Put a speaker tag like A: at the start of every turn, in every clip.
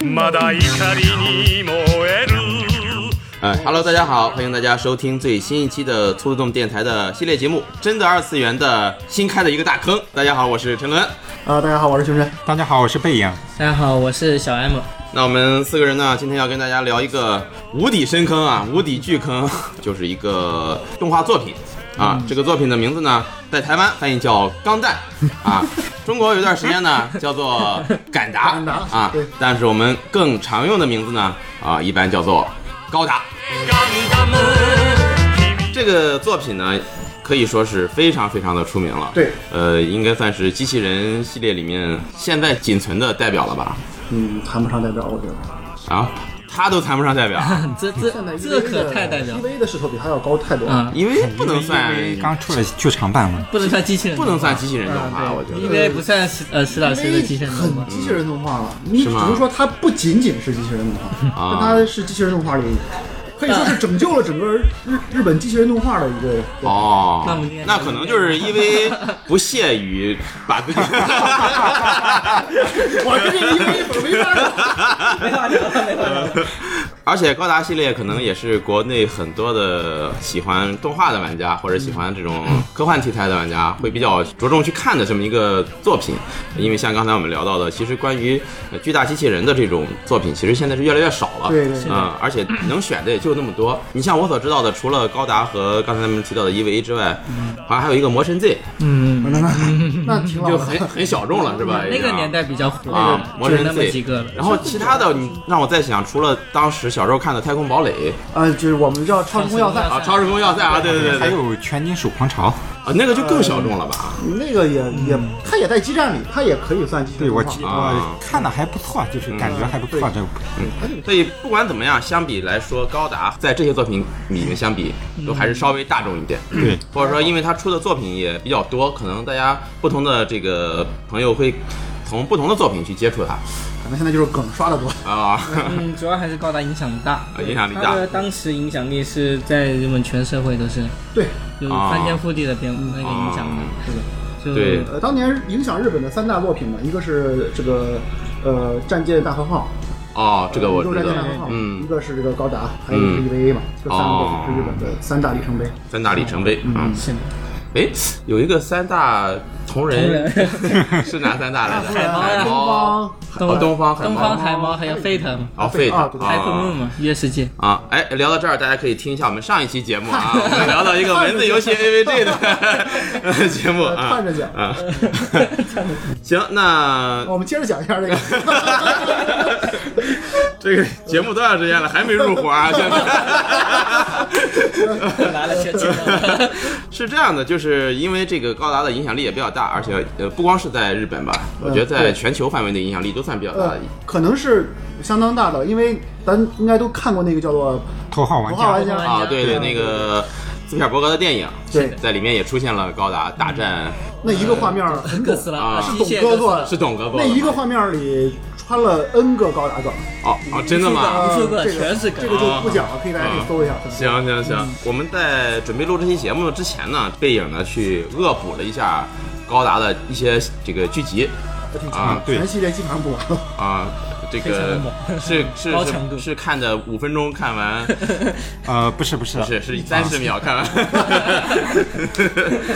A: まだ怒りに燃える
B: 呃，Hello，大家好，欢迎大家收听最新一期的粗动电台的系列节目《真的二次元》的新开的一个大坑。大家好，我是陈伦。
C: 啊、大家好，我是熊神。
D: 大家好，我是贝影。
E: 大家好，我是小 M。
B: 那我们四个人呢，今天要跟大家聊一个无底深坑啊，无底巨坑， 就是一个动画作品啊。
D: 嗯
B: 这个作品的名字呢，在台湾翻译叫《钢弹》啊， 中国有段时间呢叫做《敢达》
C: 敢达
B: 啊
C: 对，
B: 但是我们更常用的名字呢啊，一般叫做《高达》。
A: ガンダム
B: 这个作品呢，可以说是非常非常的出名了。
C: 对，
B: 呃，应该算是机器人系列里面现在仅存的代表了吧？
C: 嗯，谈不上代表，我觉得。
B: 啊，他都谈不上代表，
E: 这这这可太代表了
C: EV 的势头比他要高太多了。
E: 啊！
B: 因为不能算
D: 因为刚出了剧场 版嘛。
E: 不能算机器人，
B: 不能算机器人动画，我觉
E: 应
B: 得。
E: 该不算实呃实打实的机器人动画
C: 很。机器人动画了，你只
B: 吗
C: 能说它不仅仅是机器人动画，
B: 啊
C: 但它是机器人动画里可以说是拯救了整个日日本机器人动画的一个。
B: 哦
E: 那我们今，天
B: 那可能就是因为不屑于把 自己，
C: 我跟这 EV 粉没法聊。
E: 没话聊了，没话聊了。
B: 而且高达系列可能也是国内很多的喜欢动画的玩家，或者喜欢这种
E: 嗯
B: 科幻题材的玩家会比较着重去看的这么一个作品。因为像刚才我们聊到的，其实关于呃巨大机器人的这种作品，其实现在是越来越少了。
C: 对对对
B: 嗯，而且能选的也就那么多。你像我所知道的，除了高达和刚才咱们提到的 EVA 之外，好像还有一个魔神 Z，
E: 嗯，
C: 那那那挺老
B: 就
C: 的
B: 很。很小众了，是吧？
E: 那个
B: 已经
E: 年代比较火
B: 啊，，魔
E: 就
B: 神
E: 那么
B: Z
E: 几个了。
B: 然后其他的，你让我再想，除了当时小时候看的《太空堡垒》
C: 啊，就是我们叫超时空要塞，
B: 啊，《超时空要塞》啊，对对对
D: 还
B: 对，
D: 有全金属狂潮，
B: 啊，那个就更小众了吧？
C: 嗯那个也
B: 嗯
C: 也，它也在基站里，它也可以算机器
D: 对
C: 人
D: 我
C: 动
D: 记
C: 画。
B: 啊
D: 我看的还不错，就是感觉还不错。这部
B: 所以不管怎么样，相比来说，高达在这些作品里面相比，
E: 嗯
B: 都还是稍微大众一点。
D: 对，
B: 或者说，因为他出的作品也比较多，可能大家不同的这个朋友会从不同的作品去接触它
C: 反正现在就是梗刷的多。
B: 啊。
E: 嗯，主要还是高达影响大，
B: 影响力大
E: 它的当时影响力是在日本全社会都是
C: 对，
E: 有
B: 啊
E: 翻天覆地的变那个影响的
B: 啊，
E: 是的，就
B: 对
C: 呃，当年影响日本的三大作品嘛，一个是这个呃《战舰大和号》，
B: 哦，这个我
C: 宇宙
B: 知
C: 战
B: 道
C: 舰大和，号，一
B: 嗯，
C: 个是这个高达，还有一个是 EVA 嘛，这三个
B: 哦
C: 作品是日本的三大里程碑。
B: 三大里程碑啊。
E: 是的，
B: 哎，有一个三大同人
E: 同
B: 是哪三大来 着？
E: 海猫呀
B: 猫哦东方海猫
E: 东方海猫还有 Fate 嘛
B: 哦，Fate
C: 啊对
B: 啊
C: 对对
E: f a t e Moon 嘛，月世界。
B: 啊，哎，聊到这儿，大家可以听一下我们上一期节目 啊，我们聊到一个文字游戏 AVG 的节目啊，
C: 看着讲
B: 啊。 行，那
C: 我们接着讲一下这 个，
B: 这个节目多长时间了，还没入伙啊？现在。
E: 拿了全金了，
B: 是这样的，就是因为这个高达的影响力也比较大，而且呃，不光是在日本吧，我觉得在
C: 嗯对
B: 全球范围内影响力都算比较大
C: 呃
B: 的。，
C: 可能是相当大的，因为咱应该都看过那个叫做
D: 头号玩
C: 《头号
D: 家
C: 玩家》
E: 啊
B: 啊，对对，那个斯皮尔伯格的电影，
C: 对
B: 在里面也出现了高达大战，
C: 那一个画面很
E: 哥
C: 懂，
E: 斯
C: 是
E: 拉，
B: 啊
E: 机
C: 懂
E: 械
C: 哥
E: 哥
C: 做的
B: 是，董哥做
C: 那
B: 的吗
C: 一个画面里穿了 N 个高达梗，
B: 哦哦，真的吗？
C: 呃
E: 无数个
C: 这个
E: 全是梗
C: 这个
B: 啊
C: 就不讲了，可以大家可以搜一下。
B: 行行行，我们在准备录这期节目之前呢，背影呢去恶补了一下高达的一些这个剧集
C: 我挺
B: 啊
C: 强，
D: 对
C: 全系列基本上不完了。
B: 啊，这
E: 非常
B: 个
E: 猛
B: 是是
E: 高强度
B: 是是看的五分钟看完，
D: 呃，不是不是，
B: 是是三十秒看完，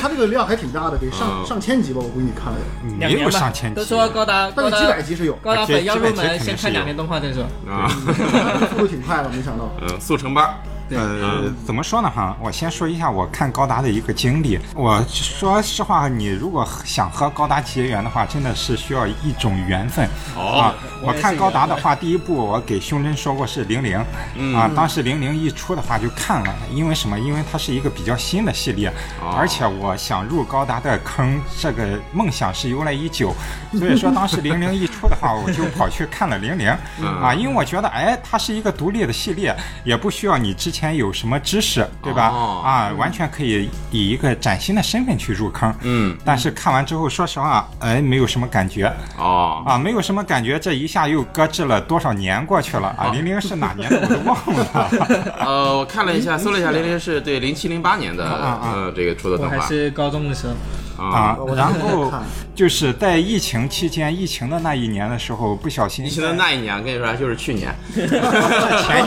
C: 它这个量还挺大的，得上、
B: 嗯
C: 上千集吧，我估计看了，
E: 两
D: 没
E: 年
D: 有
E: 吧
D: 上千集，
E: 都说高达
C: 但
E: 高
C: 是
E: 达
C: 几百集 是有，
E: 高达粉要入
D: 这这
E: 门，
D: 这
E: 先看两年动画再说。
B: 啊，
C: 速度挺快的，没想到。
B: 嗯，速成班儿
D: 呃，怎么说呢哈？我先说一下我看高达的一个经历。我说实话，你如果想和高达结缘的话，真的是需要一种缘分。
B: 哦
D: 啊，我
E: 我也是
D: 看高达的话，第一部我给胸针说过是零零、
B: 嗯
D: 啊，当时零零一出的话就看了，因为什么？因为它是一个比较新的系列，
B: 哦
D: 而且我想入高达的坑，这个梦想是由来已 久，所以说当时零零一出的话，我就跑去看了 零零、
B: 嗯
D: 啊，因为我觉得哎，它是一个独立的系列，也不需要你之前有什么知识，对吧？
B: 哦
D: 啊，完全可以以一个崭新的身份去入坑。
B: 嗯，
D: 但是看完之后，说实话，哎，没有什么感觉。
B: 哦，
D: 啊，没有什么感觉，这一下又搁置了多少年过去了 啊？零零是哪年的我都忘了。
B: 呃，我看了一下，搜了一下，零零是对零七零八年的
D: 啊啊
B: 呃这个出的
E: 我
B: 动
E: 还
B: 画
E: 是高中的时候，
D: 啊
C: 我，
D: 然
C: 还没
D: 后
C: 看
D: 就是在疫情期间，疫情的那一年的时候，不小心
B: 疫情的那一年，跟你说就是去年，
D: 前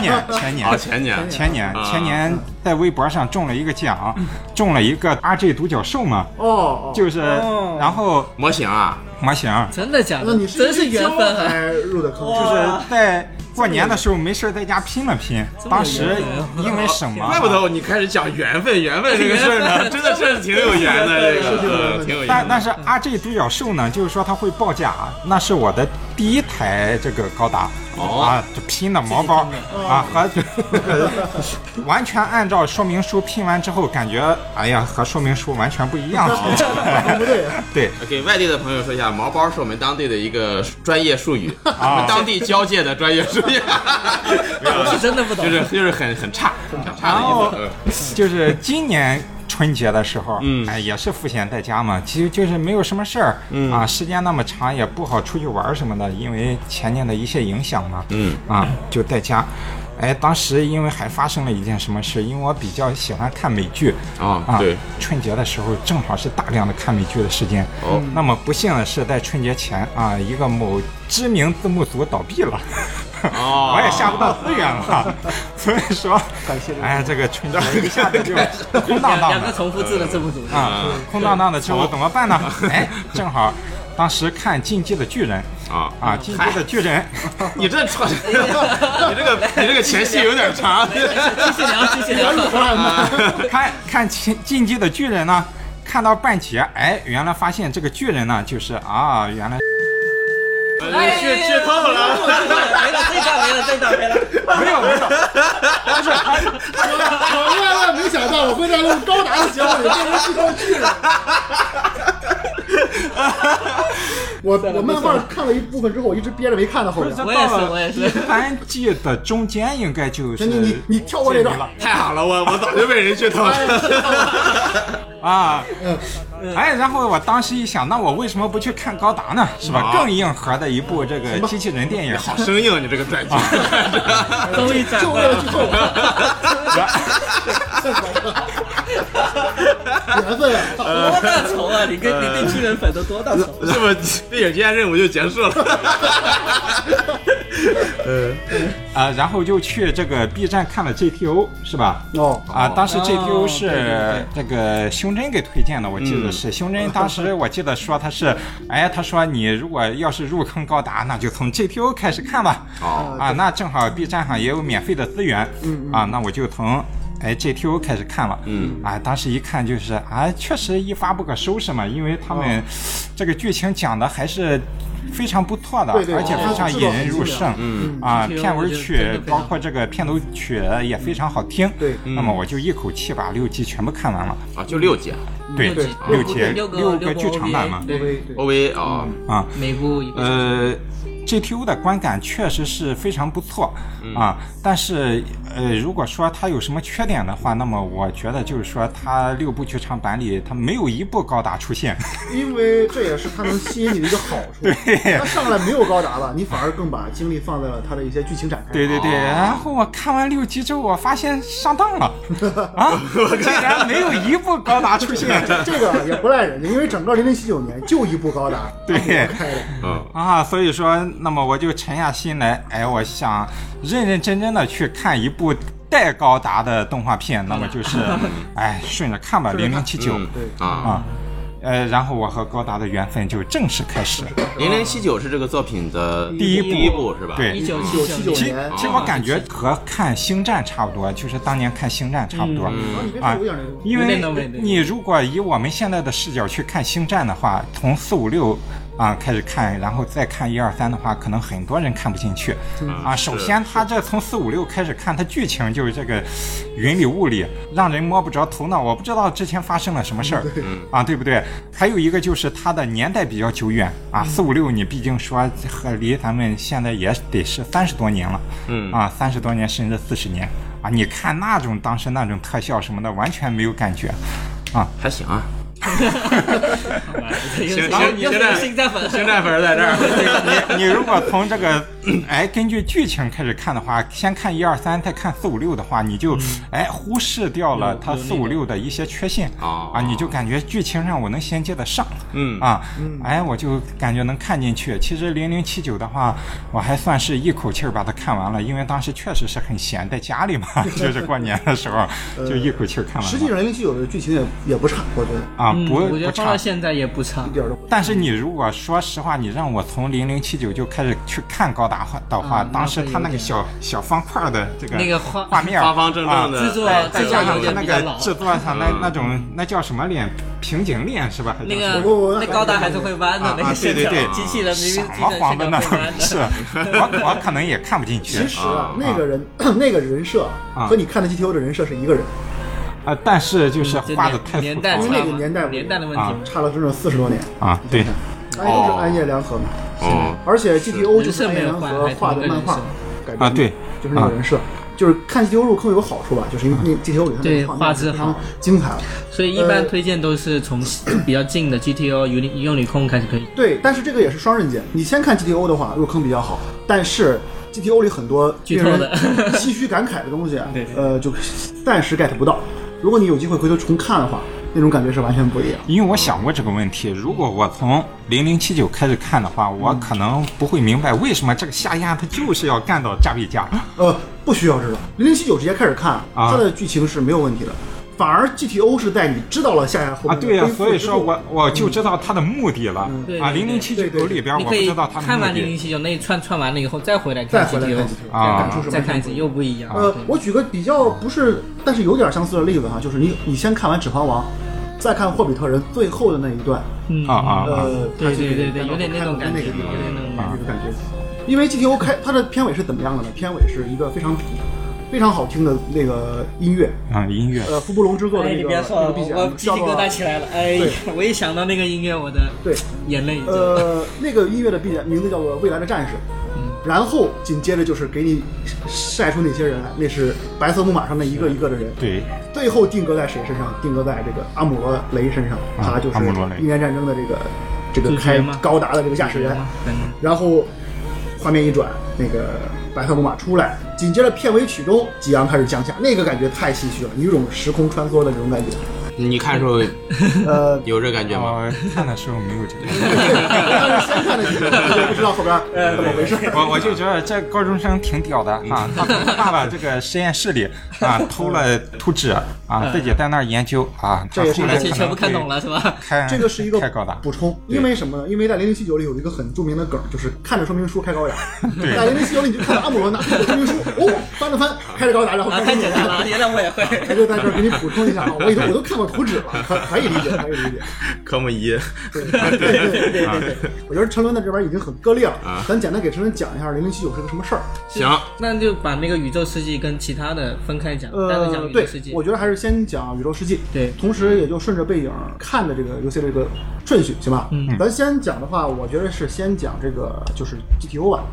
D: 年前年
B: 啊前年，
D: 前年
B: 啊嗯
D: 前年在微博上中了一个奖，中了一个 RG 独角兽嘛，
C: 哦，哦
D: 就是
E: 哦
D: 然后
B: 模型啊，
D: 模型
E: 真的假的？
C: 那你
E: 真是缘分
C: 还
E: 啊！
C: 是入的坑，
D: 就
C: 就是
D: 在过年的时候没事儿在家拼了拼，当时因为什么？
B: 怪不得你开始讲缘分，缘分这个事儿呢，真的是挺有缘的，这
C: 是挺有
B: 个
C: 缘
B: 呃
C: 的
B: 挺有缘
D: 但但
B: 的。
D: 是啊 RG 独角兽呢，就是说它会报价，啊那是我的第一台这个高达、
B: 哦
D: 啊，就拼的毛包、啊，和完全按照说明书拼完之后，感觉哎呀和说明书完全不一样，啊
C: 不对，
D: 对，
B: 给外地的朋友说一下，毛包是我们当地的一个专业术语，我
D: 啊
B: 们当地交界的专业术 语，
E: 我是真的不懂
B: 就是就是很很差，很差
D: 然后
B: 的意思。
D: 就是今年春节的时候，
B: 嗯
D: 哎，也是赋闲在家嘛，其实就是没有什么事儿，嗯啊，时间那么长也不好出去玩儿什么的，因为前年的一些影响嘛，
B: 嗯，
D: 啊，就在家。哎，当时因为还发生了一件什么事，因为我比较喜欢看美剧
B: 哦
D: 啊，
B: 对，
D: 春节的时候正好是大量的看美剧的时间。
B: 哦
D: 那么不幸的是，在春节前啊，一个某知名字幕组倒闭了。
B: 哦
D: 我也下不到资源了，啊所以说，感谢哎，这个春节一下子就 空荡
E: 两
D: 荡
E: 两个
D: 的
E: 重复字的字幕组，
D: 啊，
B: 嗯
D: 空荡荡的之后怎么办呢？哎，正好当时看《进击的巨人》
B: 啊
D: 啊，《进击的巨人》
B: 你这穿，你这个你这个前戏有点长。
E: 继续聊，继续聊。
D: 看看进进击的巨人呢，看到半截，哎，原来发现这个巨人呢，就是啊，原来
E: 哎
B: 剧剧透了
E: 剧透了没了，这段没了，这段没了。
D: 没有没有，不是他
C: 我万万没想到我会在录高达的节目里变成巨头巨人。 我我漫画看了一部分之后，我一直憋着没看到后面。
E: 我也是，我也是。
D: 第三季的中间应该就是
C: 真的，你你跳过这段，哎
B: 太好了，我我早就被人剧透了。
D: 啊，哎，然后我当时一想，那我为什么不去看高达呢？是吧？
B: 啊
D: 更硬核的一部这个机器人电影，
B: 好生硬，你这个专辑。
E: 终于展
C: 就为
E: 开
C: 了
E: 了
C: 剧。透 缘分啊！
E: 多大仇啊！你跟你对巨人粉都多大仇？啊
B: 这么电影今天任务就结束了。
D: 啊，然后就去这个 B 站看了 GTO，是吧？
C: 哦，
D: 啊，当时
E: 哦
D: GTO
E: 对对
D: 是这个胸针给推荐的，我记得是胸针。当时我记得说他是，哎，他说你如果要是入坑高达，那就从 GTO 开始看吧。
B: 哦
D: 啊，那正好 B 站上也有免费的资源，嗯啊，那我就从。哎，GTO 开始看了，嗯，啊，当时一看就是，啊，确实一发不可收拾嘛，因为他们这个剧情讲的还是非常不错的，
C: 对对
D: 而且
C: 它
D: 非常
C: 制
D: 引
C: 作很
D: 人入
C: 精良
D: 胜，嗯啊，
E: GTO
D: 片
E: 我
D: 尾
E: 觉得
D: 曲
E: 真的非
D: 包
E: 常
D: 括这个片头曲也非常好听，
C: 对
D: 那么我就一口气把六集全部看完了，
B: 啊，就六集啊
D: 对
E: 嗯六集，
D: 六
E: 集
D: 集
E: 六个
D: 六
E: 六
D: 个
E: 个
D: 剧场版嘛
E: OVA，
C: 对对对，
B: ，OVA 啊，
D: 啊，
E: 每部一个。
D: 呃，GTO 的观感确实是非常不错
E: 嗯
D: 啊，但是呃，如果说它有什么缺点的话，那么我觉得就是说它六部剧场版里它没有一部高达出 现，
C: 因为这也是它能吸引你的一个好 处。它上来没有高达了，你反而更把精力放在了它的一些剧情展开。
D: 对对对，
E: 哦
D: 然后我看完六集之后，我发现上 当了啊，竟然没有一部高达出现。
C: 这个也不赖人家，因为整个零零七九年就一部高达，
D: 对
C: 它不开的。
B: 嗯，
D: 啊，所以说，那么我就沉下心来，哎，我想认认真真的去看一部带高达的动画片，那么就是，
E: 嗯
D: 哎，顺着看吧，零零七九
B: 嗯啊，
C: 对
D: 啊，呃，然后我和高达的缘分就正式开始。
B: 零零七九是这个作品的
D: 第一部
B: 第一部是吧？
D: 对
E: 一九七
C: 1979
E: 九
D: 其
E: 年，
C: 年
D: 其实我感觉和看《星战》差不多，就是当年看《星战》差不多。
C: 啊，你别说
D: 啊
C: 有点那个，
D: 因
E: 有
D: 为
E: 点嗯那味道
D: 你如果以我们现在的视角去看《星战》的话，从四五六啊开始看，然后再看一二三的话，可能很多人看不进去啊。
B: 是
D: 首先，它这从四五六开始看，它剧情就是这个云里雾里，让人摸不着头脑，我不知道之前发生了什么事儿啊，对不对？还有一个就是它的年代比较久远啊，四五六你毕竟说和离咱们现在也得是三十多年了，
B: 嗯
D: 啊，三十多年甚至四十年啊，你看那种当时那种特效什么的，完全没有感觉。啊，
B: 还行啊，
E: 好吧，又
B: 行
E: 是
B: 行
E: 又
B: 现在
E: 是星战粉，
B: 星战粉儿在这 儿，
D: 你 你如果从这个 哎根据剧情开始看的话，先看一二三，再看四五六的话，你就哎忽视掉了
E: 嗯有
D: 它
E: 有那
D: 四五
E: 个
D: 六的一些缺陷
B: 哦
D: 啊，你就感觉剧情上我能衔接得上，
B: 嗯
D: 啊，哎我就感觉能看进去。其实零零七九的话，我还算是一口气儿把它看完了，因为当时确实是很闲，在家里嘛， 就是过年的时候
E: 呃
D: 就一口气儿看完
C: 实际
D: 了
C: 上零零七九的剧情也也不差，我觉得
D: 啊，
E: 嗯，
D: 不
E: 我觉
D: 不
E: 得放到
D: 差。
E: 现在也不差
C: 一。点都不。
D: 但是你如果说实话，你让我从零零七九就开始去看高达话的话，
E: 嗯
D: 当时他那个小小方块的这个
E: 那个画
D: 画面，啊
B: 方方正正的
E: 制作
B: 哎
E: 制
D: 再
E: 作
D: 加
E: 条
D: 上它
E: 件
D: 那
E: 比较
D: 个
E: 老，
D: 制作上那那种那叫什么脸平颈脸是吧？还叫
E: 嗯那
D: 什
E: 个
D: 么
C: 我我
E: 那高达还是会弯
D: 啊
E: 的，那
D: 啊
E: 个
D: 对
E: 线
D: 对
E: 条
D: 对，
E: 机器人明
D: 什
E: 明自己
D: 么
E: 的
D: 黄
E: 线
D: 的
E: 条
D: 那种
E: 会弯
D: 是，啊
E: 的。
D: 我我可能也看不进去
C: 其实啊
B: 啊，
C: 那个人 那个人设
D: 啊
C: 和你看的 GTO 的人设是一个人，
D: 啊，但是就是
E: 这
D: 画的
E: 年
D: 太
E: 嗯年
D: 粗
E: 代嗯
C: 因为那个
E: 差
D: 糙了
E: 嘛
C: 年代不一样
E: 年代的问题
D: 啊
E: 嘛，
C: 差了整整四十多年。
D: 啊，对。
C: 安都是暗夜良和嘛，
B: 哦，
C: 而且 GTO 就
E: 人
C: 是
E: 设
C: 暗
E: 没
C: 夜
E: 有
C: 良
E: 换
C: 和
E: 还
C: 画
E: 同
C: 的
E: 一个
C: 漫
E: 人
C: 画
E: 设
C: 改编
D: 啊啊对
C: 就是那个人设，就是看 GTO 入坑有个好处吧，就是因为那 GTO 里它那
E: 对
C: 个画
E: 画
C: 面
E: 质
C: 是非常
E: 好
C: 精彩的。
E: 所以一般推荐都是从 比较近的 GTO 有理用理控开始可以。
C: 对，但是这个也是双刃剑。你先看 GTO 的话，入坑比较好，但是 GTO 里很多
E: 剧
C: 令
E: 透
C: 人
E: 的
C: 唏嘘感慨的东西
E: 对，
C: 呃，就暂时 get 不到。如果你有机会回头重看的话，那种感觉是完全不一样。
D: 因为我想过这个问题，如果我从零零七九开始看的话，
E: 嗯
D: 我可能不会明白为什么这个下压它就是要干到炸贝加。
C: 呃，不需要知道，零零七九直接开始看，
D: 啊
C: 它的剧情是没有问题的。反而 GTO 是在你知道了下下后
D: 啊，
C: 面的
D: 对呀、
C: 恢复
D: 所以
C: 之
D: 说
C: 后嗯
D: 我我就知道他的目的了、
E: 对
D: 啊。
E: 对
D: 零零七九里边
E: 你
D: 我不
E: 可以
D: 知道他的
E: 看
D: 目
E: 完零零
D: 的
E: 七九那一串串完了以后，再回来
C: 再回
E: 看
C: 来看
E: GTO，
C: GTO，
D: 啊
C: 感触是
E: 再
C: 完全
E: 看一
C: 不
E: 次
C: 一样。
E: 又不一样。
C: 呃
E: 啊对，
C: 我举个比较不是，但是有点相似的例子哈，就是你你先看完《指环王》，再看《霍比特人》最后的那一段，
E: 嗯
D: 啊啊啊！
C: 呃，
E: 对
C: 它就
E: 对
C: 是
E: 对对，有点那种感觉，
C: 那
E: 有
C: 个地方
E: 点那种
C: 那
E: 感
C: 个感觉。因为 GTO 开它的片尾是怎么样的呢？片尾是一个非常非常好听的那个音乐，
D: 啊，音乐
C: 呃，福布隆制
E: 觉。
C: 作的那个那个 BGM 叫做
E: 来了。哎
C: 对，
E: 我一想到那个音乐，我的
C: 对，
E: 眼泪已经嗯
C: 呃，那个音乐的 BGM 名字叫做《未来的战士》，然后紧接着就是给你晒出那些人来，那是白色木马上的一个一个的人，
D: 对
C: 最后定格在谁身上？定格在这个阿姆罗雷身上，
D: 啊
C: 他就是
D: 阿姆罗雷
C: 一年战争的这个这个
E: 主角
C: 开
E: 吗
C: 高达的这个驾驶员。
E: 嗯
C: 然后画面一转，那个白色木马出来，紧接着片尾曲中吉昂开始降下，那个感觉太唏嘘了，有一种时空穿梭的那种感觉。
B: 你看时候，
C: 呃
B: 有这感觉吗？
D: 我看的时候没有这个。
C: 但是先看的几个，也不知道后边怎么回事。
D: 我我就觉得这高中生挺屌的
E: 嗯
D: 啊！他从爸爸这个实验室里啊偷了图纸啊，自己在那儿研究啊，他
C: 这也是
D: 后来
E: 而
D: 可
E: 且
D: 能
E: 嗯全部看
D: 会
E: 懂了是吧？
D: 开
C: 这个是一个
D: 开高达
C: 补充，因为什么呢？因为在零零七九里有一个很著名的梗，就是看着说明书开高达。在零零七九里你就看着阿姆罗拿着说明书，哦，翻了翻，开着高达，然后
E: 啊，
C: 开
E: 太简单了，原来我也 会。
C: 哎，就在这儿给你补充一下啊，我已经我都看过图纸了，可可以理解，可以理解。
B: 科目一，
C: 对对对对对对，我觉得陈伦在这边已经很割裂了
B: 啊，
C: 咱简单给陈伦讲一下零零七九是个什么事儿。
B: 行，
E: 那就把那个宇宙世纪跟其他的分开讲，单独讲
C: 呃，
E: 宇宙
C: 对
E: 世纪。，
C: 我觉得还是先讲宇宙世纪，
E: 对
C: 同时也就顺着背影看的这个游戏的这个顺序，行吧？
E: 嗯，
C: 咱先讲的话，我觉得是先讲这个就是 GTO 吧。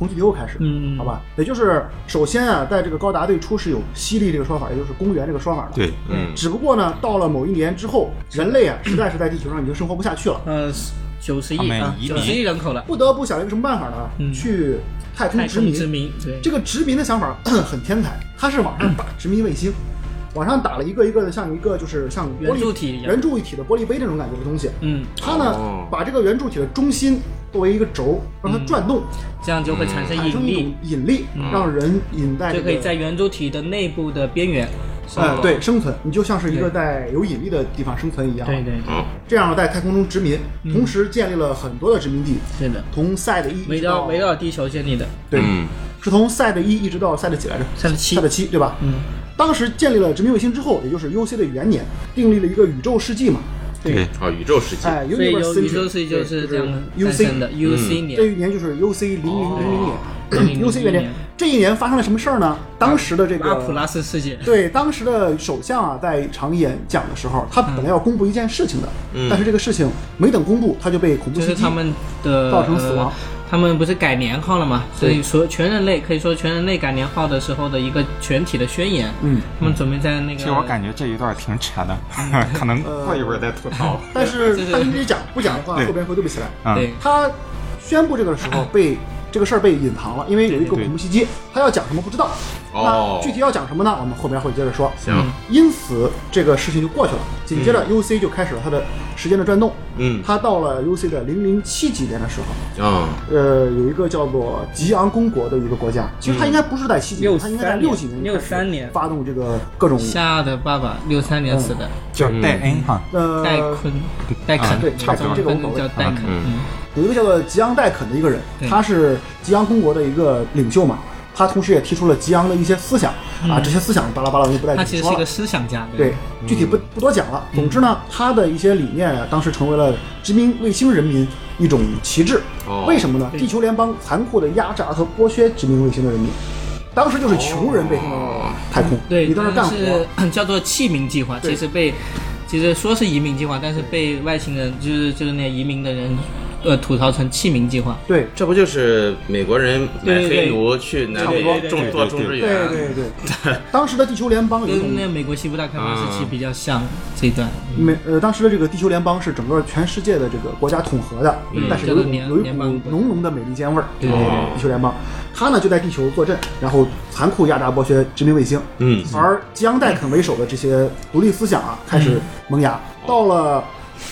C: 从 GTO 开始，
E: 嗯嗯
C: 好吧，也就是首先啊，在这个高达最初是有犀利这个说法，也就是公元这个说法的，
D: 对，
B: 嗯，
C: 只不过呢，到了某一年之后，人类啊，实在是在地球上已经生活不下去了，
E: 呃，九十
D: 他
E: 亿
D: 们
E: 啊，
D: 移
E: 九
D: 民
E: 十亿人口了，
C: 不得不想一个什么办法呢？
E: 嗯
C: 去太空
E: 太
C: 殖
E: 空
C: 民。
E: 殖民，对，
C: 这个殖民的想法 很天才，他是往上打殖民卫星，往上打了一个一个的，像一个就是像玻璃
E: 圆柱体一样
C: 圆柱体的玻璃杯那种感觉的东西。
E: 嗯，
C: 他呢，
B: 哦
C: 把这个圆柱体的中心作为一个轴，让它转动，
E: 这样就会产生
C: 产
E: 嗯引
C: 生一
E: 力嗯
C: 种，引力，让人引在这
E: 就
C: 个
E: 可以在圆柱体的内部的边缘。
C: 呃对生存，你就像是一个
E: 对
C: 在有引力的地方生存一样。
E: 对对对，
B: 好，
C: 这样在太空中殖民，同时建立了很多的殖民地，
E: 是的，
C: 从赛的一
E: 围
C: 一直
E: 绕
C: 到
E: 围绕地球建立的，
C: 对，
B: 嗯，
C: 是从赛的一一直到赛的几来着？
E: 赛的七
C: 赛的七对吧？
E: 嗯，
C: 当时建立了殖民卫星之后，也就是 UC 的元年，订立了一个宇宙世纪嘛。
D: 对，
B: 好，哦宇宙世纪，
C: 哎，
E: 所以有
C: Universe
E: 宇宙世纪就
C: Century，
E: 是这样
C: 对就
E: 诞
C: 是
E: 生的
C: UC。
E: ，UC
C: 这
E: 年哦
C: 一年就是 UC 零零零零年
E: 00
C: ，UC 元年
E: 年。
C: 这一年发生了什么事儿呢？当时的这
E: 阿普
C: 个
E: 拉斯事件，
C: 对当时的首相啊，在一场演讲的时候，他本来要公布
D: 嗯
C: 一件事情的，但是这个事情没等公布，他就被恐怖
E: 就
C: 袭
E: 是
C: 击
E: 他。们的
C: 造成死亡
E: 呃他们不是改年号了嘛，所以说全人类可以说全人类改年号的时候的一个全体的宣言。
C: 嗯，
E: 他们准备在那个，
D: 其实我感觉这一段挺扯的，
E: 嗯
D: 可能过一会儿再吐槽。
C: 但是
E: 就是
C: 但是你讲不讲的话，
D: 对
C: 后边会对不起来。
D: 嗯
E: 对，
C: 他宣布这个的时候被 这个事儿被隐藏了，因为有一个
D: 对对
C: 恐怖袭击，他要讲什么不知道。
B: 哦
C: 那具体要讲什么呢？我们后边会接着说。
B: 行，
C: 因此，这个事情就过去了。紧接着，UC 就开始了它的时间的转动。
B: 嗯
C: 它到了 UC 的零零七几年的时候，
B: 嗯，
C: 呃，有一个叫做吉昂公国的一个国家，其实它应该不是在七几年，
E: 嗯
C: 它应该在
E: 63
C: 六几年就开始
E: 63年
C: 发动这个各种
E: 夏的爸爸六三年死的，
D: 叫戴恩哈，
C: 呃
E: 戴坤，戴肯，
C: 啊对差
E: 他
C: 不多
E: 总称叫戴肯。
B: 嗯
E: 嗯，
C: 有一个叫做吉昂戴肯的一个人，
E: 对
C: 他是吉昂公国的一个领袖嘛，他同时也提出了吉昂的一些思想、啊，这些思想巴拉巴拉我就不再
E: 嗯他
C: 具体
E: 其实是
C: 说
E: 一
C: 了
E: 个。嗯思想家，
C: 对，具体不不多讲了。总之呢，他的一些理念啊，当时成为了殖民卫星人民一种旗帜。
B: 哦
C: 为什么呢？
E: 对
C: 地球联邦残酷的压榨和剥削殖民卫星的人民，当时就是穷人被送到太空，
E: 对，
C: 你在那儿干活，
E: 是 叫做弃民计划，
C: 对
E: 其实被其实说是移民计划，但是被外星人就是就是那移民的人呃吐槽成弃民计划。
C: 对
B: 这不就是美国人买
E: 对对对
B: 黑奴去南
C: 差不多
B: 美种
D: 对
B: 做
D: 对
B: 种植
D: 对
B: 园？
C: 对对对，当时的地球联邦有一种
E: 跟那美国西部大开发时期比较像这一段，
C: 美呃，当时的这个地球联邦是整个全世界的这个国家统合的，但是有一股
E: 嗯叫做联
C: 有一
E: 联
C: 股
E: 邦国
C: 浓浓的美利坚味儿。
E: 对对对
C: 地球联邦，他呢就在地球坐镇，然后残酷压榨剥削殖民卫星。
B: 嗯，
C: 而吉昂戴肯为首的这些独立思想啊，开
E: 嗯
C: 始萌芽。到了，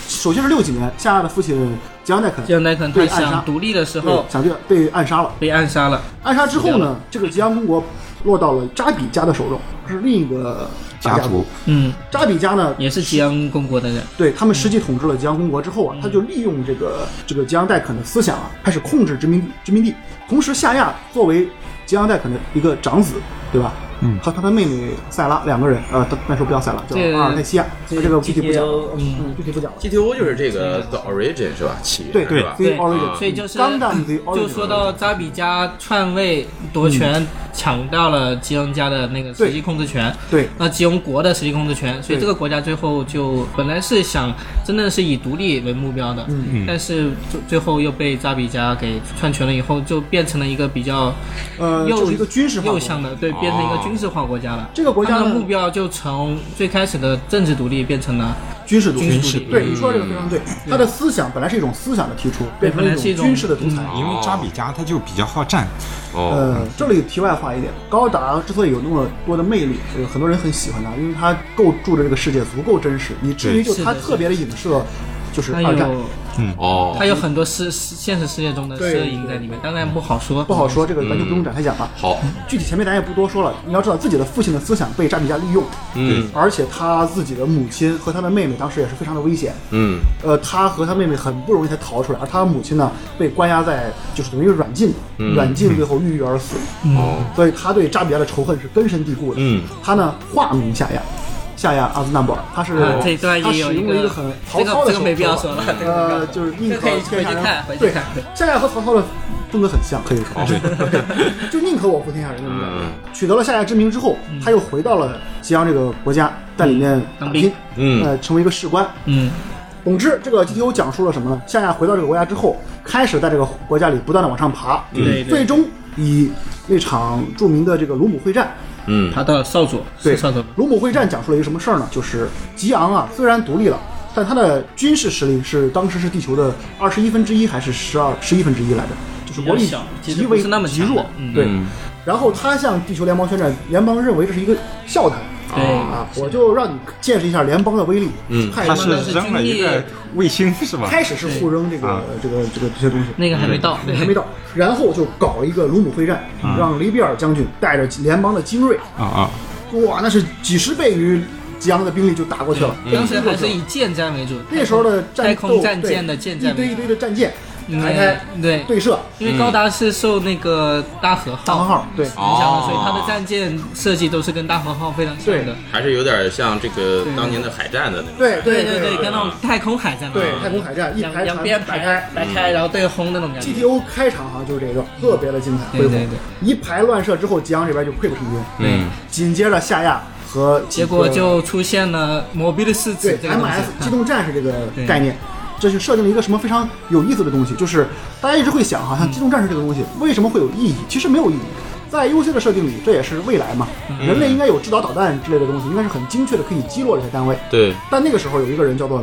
C: 首先是六几年，夏亚的父亲吉昂戴肯
E: 这样来看，他
C: 对暗杀
E: 想独立的时
C: 对
E: 候
C: 想对被暗杀了。
E: 被暗杀了，
C: 暗杀之后呢，这个吉昂公国落到了扎比家的手中，是另一个大
D: 家族。
E: 嗯，
C: 扎比家呢，
E: 也是吉安公国的人，
C: 对他们实际统治了吉昂公国之后
E: 嗯
C: 啊，他就利用这个这个吉昂戴肯的思想啊，开始控制殖民殖民地。同时，夏亚作为吉昂戴肯的一个长子，对吧？
D: 嗯
C: 和他的妹妹塞拉两个人，呃，他那时候不叫塞拉，叫
E: 这个
C: 阿尔泰西亚，他这个具体不讲了，
E: 嗯，
C: 嗯，具体不讲了。
B: GTO 就是这个 The Origin 是吧？起源
C: 对
B: 是吧？
C: 对
E: 对
C: The Origin，
E: 所以就是
C: 钢弹 The Origin
E: 就说到扎比家篡位夺权，抢到了吉恩家的那个实际控制权，
C: 嗯对
E: 那吉隆国的实际控制权，所以
C: 对
E: 这个国家最后就本来是想真的是以独立为目标的，
C: 嗯
E: 但是最最后又被扎比加给篡权了，以后就变成了一个比较
C: 呃，
E: 右
C: 这是一个军事化
E: 右
C: 国
E: 向
C: 家。哦
E: 的，对，变成一个军事化国家了。
C: 这个国家
E: 它
C: 呢
E: 的目标就从最开始的政治独立变成了
C: 军事独
E: 军
C: 立，
E: 事嗯
C: 对你说的这个非常对。他的思想本来是一种思想的提出，变成了
E: 本来是
C: 一
E: 一
C: 种
E: 种嗯
C: 军事的独裁。
E: 哦
D: 因为扎比加他就比较好战，
B: 哦，
C: 呃，这里题外话一点，高达之所以有那么多的魅力，呃，很多人很喜欢它，因为它构筑的这个世界足够真实，以至于就是它
E: 的是
C: 特别的影射，就是
E: 它
C: 二战。
E: 有
B: 哦
E: 它，有很多是现实世界中的
C: 对
E: 摄影在里面，当然不好说，
C: 不好说，这个咱就不用展开讲了。
E: 嗯
B: 好，
C: 具体前面咱也不多说了，你要知道自己的父亲的思想被扎比加利用，
B: 嗯
C: 而且他自己的母亲和他的妹妹当时也是非常的危险，
B: 嗯，
C: 呃，他和他妹妹很不容易才逃出来，而他母亲呢被关押在就是等于软禁，软禁最后郁郁而死，
B: 嗯
E: 嗯
B: 哦，
C: 所以他对扎比亚的仇恨是根深蒂固的。
B: 嗯，
C: 他呢化名夏亚，夏亚阿兹纳布尔，他是、
E: 啊这一段
C: 他
E: 也
C: 使
E: 有
C: 用了
E: 个
C: 一个很曹
E: 这
C: 操
E: 个
C: 的
E: 这个没必要
C: 手
E: 说
C: 法
E: 了，这个没必要
C: 呃，
E: 说
C: 就是宁
E: 这可以
C: 天
E: 回
C: 下
E: 去
C: 人
E: 看，回
C: 对
E: 去看。对，
C: 夏亚和曹操的风格很像，可以说， 就宁可我不天下人的那种感
B: 哦嗯
C: 觉。取得了夏亚之名之后，他又回到了吉阳这个国家，在里面打
E: 当
C: 拼
E: 兵，
B: 嗯
C: 呃，成为一个士官。
E: 嗯，
C: 总之，这个 GTO 讲述了什么呢？夏亚回到这个国家之后，开始在这个国家里不断的往上爬，
E: 对对
C: 最终以那场著名的这个卢姆会战，
B: 嗯，
E: 爬到少佐，
C: 对
E: 是少佐，
C: 卢姆会战讲述了一个什么事儿呢？就是吉昂啊，虽然独立了，但他的军事实力是当时是地球的二十一分之一还是十二十一分之一来着，就是国力
E: 比较小其实
C: 极
E: 不
C: 为
E: 是那么
C: 极
E: 强的
C: 弱，
E: 嗯
C: 对。然后他向地球联邦宣战，联邦认为这是一个笑谈
E: 对，
C: 啊，我就让你见识一下联邦的威力。嗯，派
D: 他
C: 人
D: 是扔了一个卫星是吧？
C: 开始是互扔这个
D: 啊
C: 这个这个这些东西，
E: 那个还没到，
C: 嗯还没到，然后就搞一个卢姆会战，
D: 嗯
C: 让雷比尔将军带着联邦的精锐，
D: 啊啊，
C: 哇，那是几十倍于吉昂的兵力就打过去了。
D: 嗯
C: 嗯
E: 当时还是以舰战为主，
C: 那时候的战
E: 太
C: 斗
E: 空战舰的嗯舰
C: 对
E: 战
C: 一堆一堆的战舰，
E: 因
C: 排
E: 为
C: 开
E: 对
C: 对射，
E: 因为高达是受那个大和号
C: 大航号对
E: 影响的，所以它
B: 哦
E: 的战舰设计都是跟大和号非常像
C: 对
E: 的。
B: 还是有点像这个当年的海战的那种。
C: 对
E: 对
C: 对
E: 对，跟那种太空海战嘛，
C: 对太空海战一
E: 两
C: 排
E: 两边
C: 排
E: 排
C: 开
E: 排开，然后对轰那种感觉。
C: GTO 开场好像就是这个，特别的精彩恢
E: 嗯对
C: 宏。
E: 对对
C: 一排乱射之后，吉昂这边就溃不成军。
B: 嗯，
C: 紧接着夏亚和几
E: 结
C: 个
E: 果就出现了摩比的四
C: 对
E: 子这个东
C: MS 机
E: 西，嗯
C: 动战士这个概念，这就设定了一个什么非常有意思的东西，就是大家一直会想哈，像机动战士这个东西为什么会有意义？其实没有意义。在 UC 的设定里，这也是未来嘛，
E: 嗯
C: 人类应该有制导导弹之类的东西，应该是很精确的可以击落这些单位。
B: 对，
C: 但那个时候有一个人叫做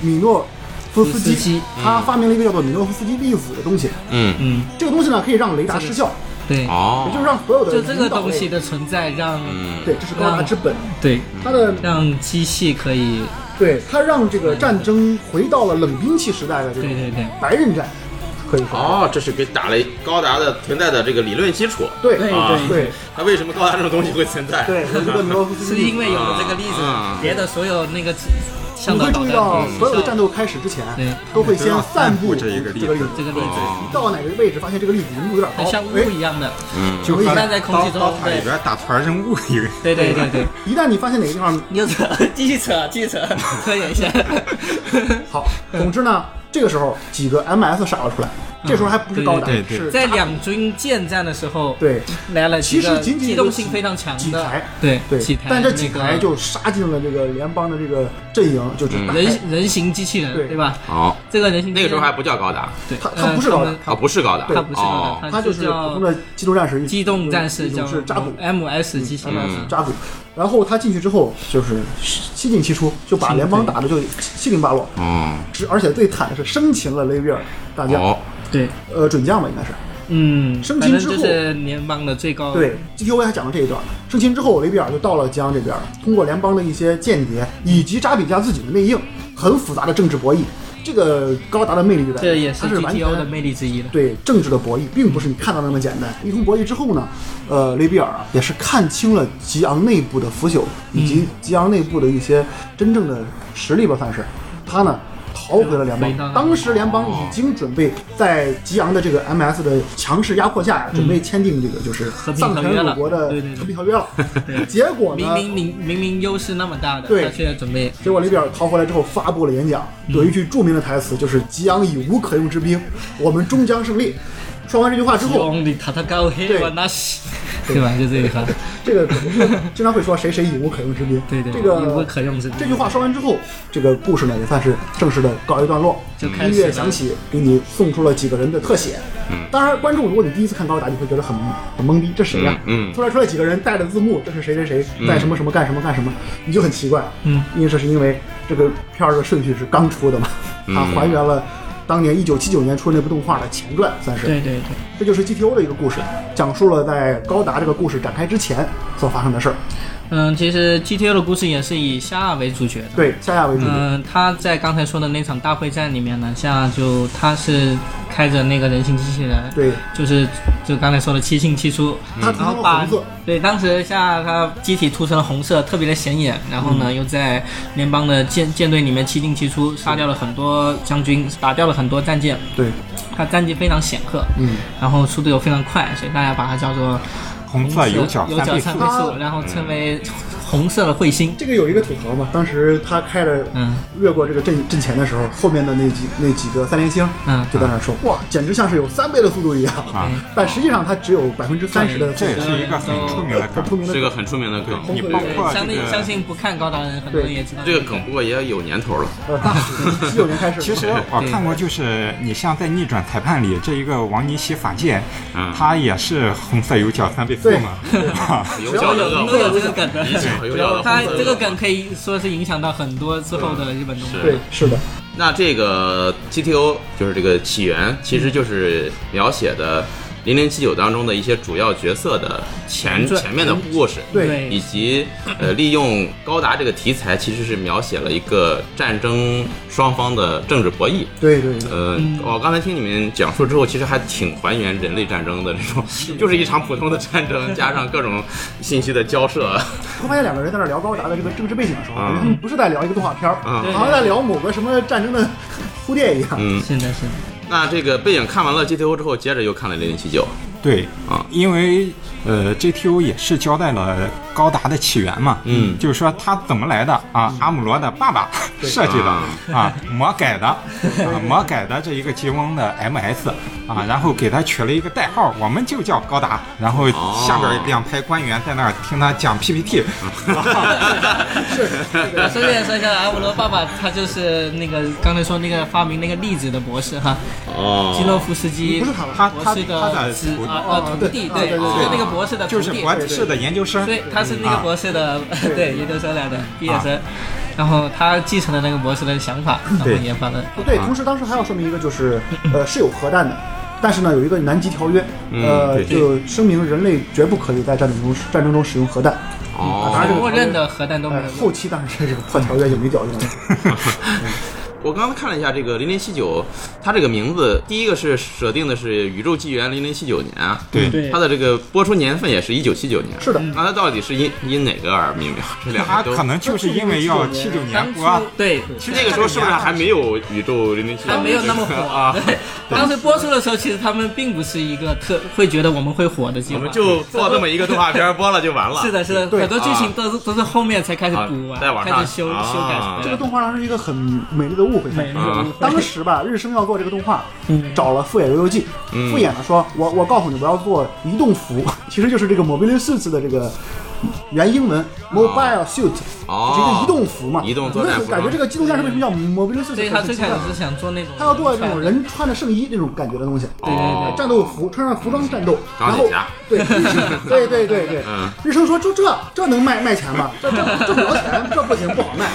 C: 米诺夫斯
E: 夫斯基
C: 基，他发明了一个叫做米诺夫斯基粒子的东西。
B: 嗯，
E: 嗯，
C: 这个东西呢，可以让雷达失效，
E: 对，
B: 哦
C: 也，就是让所有的
E: 就这个
C: 引导
E: 东西
C: 类，
E: 的存在让
B: 嗯，
C: 对，这是高达之本。
E: 对
C: 它的
E: 让机器可以
C: 对它让这个战争回到了冷兵器时代的这种
E: 对对对
C: 白刃战，可以说
B: 哦，这是给打了高达的存在的这个理论基础。
C: 对
E: 对
C: 啊
E: 对
C: 对
B: 它为什么高达这种东西会存在？
C: 对，有一个米洛夫斯
E: 是
C: 基
E: 因。为有了这个例子
B: 啊，
E: 别的所有那个向
C: 你
E: 导
C: 会
E: 导
C: 注意
E: 弹
C: 到，啊所有的战
E: 斗
C: 斗开始之前
E: 对，
C: 都会先散布
D: 这
C: 这
D: 一个
C: 个
D: 粒子
C: 粒子，
E: 这个例子，
B: 哦
C: 到哪个位置发现这个粒子浓度有点
E: 很
C: 高，
E: 像雾
C: 哎啊
E: 一样的，
B: 嗯，
D: 就和
E: 站在空气中
D: 刀刀塔
E: 对
D: 里边打团任务一个。
E: 对对对对，
C: 一旦你发现哪个地方
E: 你又扯，继续扯，继续扯， 科研一下，
C: 好，总之呢，这个时候几个 MS 杀了出来，
E: 嗯
C: 这时候还不是高达，
D: 对对对
C: 是
E: 在两军建战的时候，
C: 对
E: 来了几个
C: 其实仅仅
E: 机
C: 有
E: 动
C: 几
E: 性非常强
C: 几
E: 的
C: 台，
E: 对
C: 对
E: 几台，
C: 但这几
E: 那
C: 台
E: 个
C: 就杀进了这个联邦的这个阵营，就是
B: 嗯
C: 打开
E: 人人形机器人
C: 对
E: 对吧？
B: 好，
E: 这个人形机器
B: 那
E: 人
B: 个时候还不叫高达，
E: 对，
C: 它
E: 呃
C: 它不是
E: 他
C: 高达
E: 们
B: 啊，不是高达，
E: 它不是高达
B: 哦
E: 它
C: 它就是是
E: 叫
C: 普通的机动战士，
E: 机动战士
C: 一种
E: 叫
C: 是扎古，
E: MS 机器人，
B: 嗯
C: 扎古。然后他进去之后就是七进七出，就把联邦打的就七零八落，
B: 哦，
C: 是而且最惨的是生擒了雷维尔大将，
B: 哦，
E: 对，
C: 呃准将吧应该是。
E: 嗯，
C: 升
E: 反
C: 级
E: 正
C: 之后
E: 就是联邦的最高
C: 对，GTO 还讲了这一段。生擒之后，雷比尔就到了吉昂这边，通过联邦的一些间谍以及扎比加自己的内应，很复杂的政治博弈。这个高达的魅力就在于，
E: 这也
C: 是
E: 是
C: 它完
E: GTO
C: 全
E: 的魅力之一了。
C: 对政治的博弈，并不是你看到的那么简单。一通博弈之后呢，呃，雷比尔啊也是看清了吉昂内部的腐朽，以
E: 嗯
C: 及吉昂内部的一些真正的实力吧，算是他呢。逃回了联
E: 回到
C: 邦。
E: 了
C: 当时联邦已经准备在吉昂的这个 MS 的强势压迫下，准备签订这个就是
E: 嗯平
C: 丧
E: 条
C: 权
E: 约
C: 辱
E: 了
C: 国的
E: 对对对
C: 和平条约 了。结果
E: 明
C: 呢，
E: 明明明明优势那么大的，
C: 对
E: 他却准备
C: 结果雷比尔逃回来之后发布了演讲，
E: 嗯
C: 有一句著名的台词就是“吉昂已无可用之兵，我们终将胜利”。说完这句话之后，
E: 用力塔塔高黑
C: 对
E: 瓦纳西， 对吧？就这一番，
C: 这个我们经常会说谁谁已无可用之兵。
E: 对对，
C: 这
E: 一无
C: 个
E: 可用之地
C: 这句话说完之后，这个故事呢也算是正式的告一段落。
E: 就开始嗯
C: 音乐响起，给你送出了几个人的特写。当然，观众如果你第一次看高达，你会觉得很很懵逼，这谁呀？
B: 嗯嗯
C: 突然出来几个人带着字幕，这是谁谁谁在什么什么干什么干什么，你就很奇怪。
E: 嗯，
C: 因为这是因为这个片儿的顺序是刚出的嘛，
E: 嗯
C: 它还原了当年一九七九年出的那部动画的前传，算是。
E: 对对
C: 这就是 GTO 的一个故事，讲述了在高达这个故事展开之前所发生的事儿。
E: 对，嗯，其实 GTO 的故事也是以夏亚为主角的，
C: 对，夏亚为主角。
E: 嗯、他在刚才说的那场大会战里面呢，像就他是开着那个人形机器人，
C: 对，
E: 就是就刚才说的七进七出，
C: 他涂
E: 然后
C: 成了
E: 把
C: 红色，
E: 对当时像他机体涂成了红色，特别的显眼，然后呢、又在联邦的舰舰队里面七进七出，杀掉了很多将军，打掉了很多战舰，
C: 对，
E: 他战绩非常显赫，
C: 嗯，
E: 然后速度又非常快，所以大家把它叫做
D: 红色有角
E: 有
D: 三
E: 角
D: 倍
E: 三
D: 速
E: 倍，速，然后称为红色的彗星，
C: 这个有一个吐槽嘛，当时他开着，
E: 嗯，
C: 越过这个阵阵前的时候，后面的那几那几个三连星，
E: 嗯
C: 就在那儿说，哇，简直像是有三倍的速度一样
D: 啊，
C: 但实际上它只有百分之三十的速
D: 这也
C: 度，
D: 是一个很出名的
C: 很
D: 梗。
C: 出名的
B: 是一个很出名的梗。
D: 你
B: 对
D: 包括
E: 相
D: 这
E: 信
D: 个
E: 相信不看高达的人，很多人也知道
B: 这个梗，不过也有年头了。
C: 呃大七九年开始，
D: 其实我看过，就是你像在《逆转裁判》里这一个王尼西法剑
B: 嗯，
D: 他也是红色有角三倍速嘛。
B: 有角的
E: 都有这个梗的。
B: 理 解有角的
E: 它
B: 红色的
E: 这个梗可以说是影响到很多之后的日本动漫。
C: 对，是的，
B: 那这个 GTO 就是这个起源，其
E: 嗯
B: 实就是描写的。零零七九当中的一些主要角色的前
E: 前传
B: 前面的故事，
C: 对
B: 以及呃利用高达这个题材，其实是描写了一个战争双方的政治博弈。
C: 对对对，
B: 呃，我刚才听你们讲述之后，其实还挺还原人类战争的这种， 就是一场普通的战争，加上各种信息的交涉。
C: 会发现两个人在那儿聊高达的这个政治背景的时候，他们不是在聊一个动画片儿，
B: 嗯
C: 好像在聊某个什么战争的 铺垫一样。
B: 嗯，
E: 现在是
B: 那这个背影看完了 GTO 之后，接着又看了零零七九。
D: 对
B: 啊
D: 因为呃，GTO 也是交代了高达的起源嘛，
B: 嗯
D: 就是说他怎么来的啊？阿姆罗的爸爸设计的啊，魔改的，啊魔改的这一个吉翁的 MS 啊，然后给他取了一个代号，我们就叫高达。然后
B: 哦
D: 下边两排官员在那儿听他讲 PPT，
E: 我顺便说一下，阿姆罗爸爸他就是那个刚才说那个发明那个粒子的博士哈，
B: 哦，
E: 基洛夫斯基
C: 不是他吧
D: 他
E: 博士
D: 他他
E: 的
D: 的
E: 子
D: 徒弟
E: 啊啊徒弟，
C: 哦对对
E: 对，
C: 对
E: 是那个博士的徒
D: 就是
E: 弟，
D: 博士的研究生
E: 所，以他是那个博士的对研究生来的毕业生，然后他继承了那个博士的想法，然后
D: 对
E: 研发了。
C: 对，
B: 啊
C: 同时当时还要说明一个，就是呃是有核弹的，但是呢有一个南极条约，呃
B: 嗯对
C: 就声明人类绝不可以在战争中战争中使用核弹。
E: 嗯
B: 哦，
C: 当然这个
E: 默认的核弹都没
C: 哎
E: 有，用。
C: 后期当然是这个破条约就没屌用了。
B: 我刚刚看了一下这个零零七九，它这个名字，第一个是设定的是宇宙纪元零零七九年啊，
D: 对
E: 对
B: 它的这个播出年份也是一九七九年，
C: 是的，
B: 那它到底是因因哪个而命名？这两
D: 他
B: 个都
D: 可。能就是因为要七九年
E: 当初
D: 播，
E: 对。
D: 其实
B: 那个时候是不是还没有宇宙零零七？
E: 啊还没有那么火
B: 啊，
E: 对，当时播出的时候，其实他们并不是一个特会觉得我们会火的计
B: 我
E: 划，
B: 们就做这么一个动画片儿播了就完了。
E: 是的，是的，
C: 对啊
E: 很多剧情都是、都是后面才开始
B: 啊
E: 补完，
B: 再往上
E: 开始修、
B: 啊
E: 修改。
C: 这个动画当时是一个很美丽的误会。
E: 美丽的误会
C: 当时吧，日升要做这个动画，
E: 嗯
C: 找了富野由悠季，
B: 嗯
C: 富野呢说，我我告诉你，我要做移动服，其实就是这个 mobile suit 的这个原英文 mobile suit，
B: 啊哦
C: 就是一个移动服嘛。
B: 移动作战服
C: 你会感觉这个机动战士为什么叫 mobile suit？
E: 所以他
C: 很
E: 最
C: 奇
E: 开
C: 怪
E: 始是想做那种，
C: 他要做这种人穿着圣衣那种感觉的东西。
E: 对对
C: 战斗服，穿上服装战斗，然
B: 钢
C: 后
B: 铁侠
C: 对，日升对对对对
B: 嗯，
C: 日升说就这这能卖卖钱吗？这这这不要钱，这不行，不好卖。